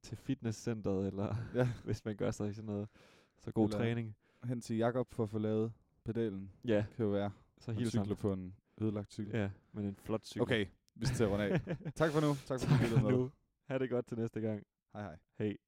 til fitnesscenteret, eller Ja. hvis man gør sig i sådan noget. Så god Eller- træning. Hen til Jakob for at få lavet pedalen. Ja, Kan jo være. så Han helt cykler på en ødelagt cykel. Ja, men en flot cykel. Okay, vi skal til at runde af. tak for nu. Tak for, at du tak lyttede for med. nu. Ha' det godt til næste gang. Hej hej. Hej.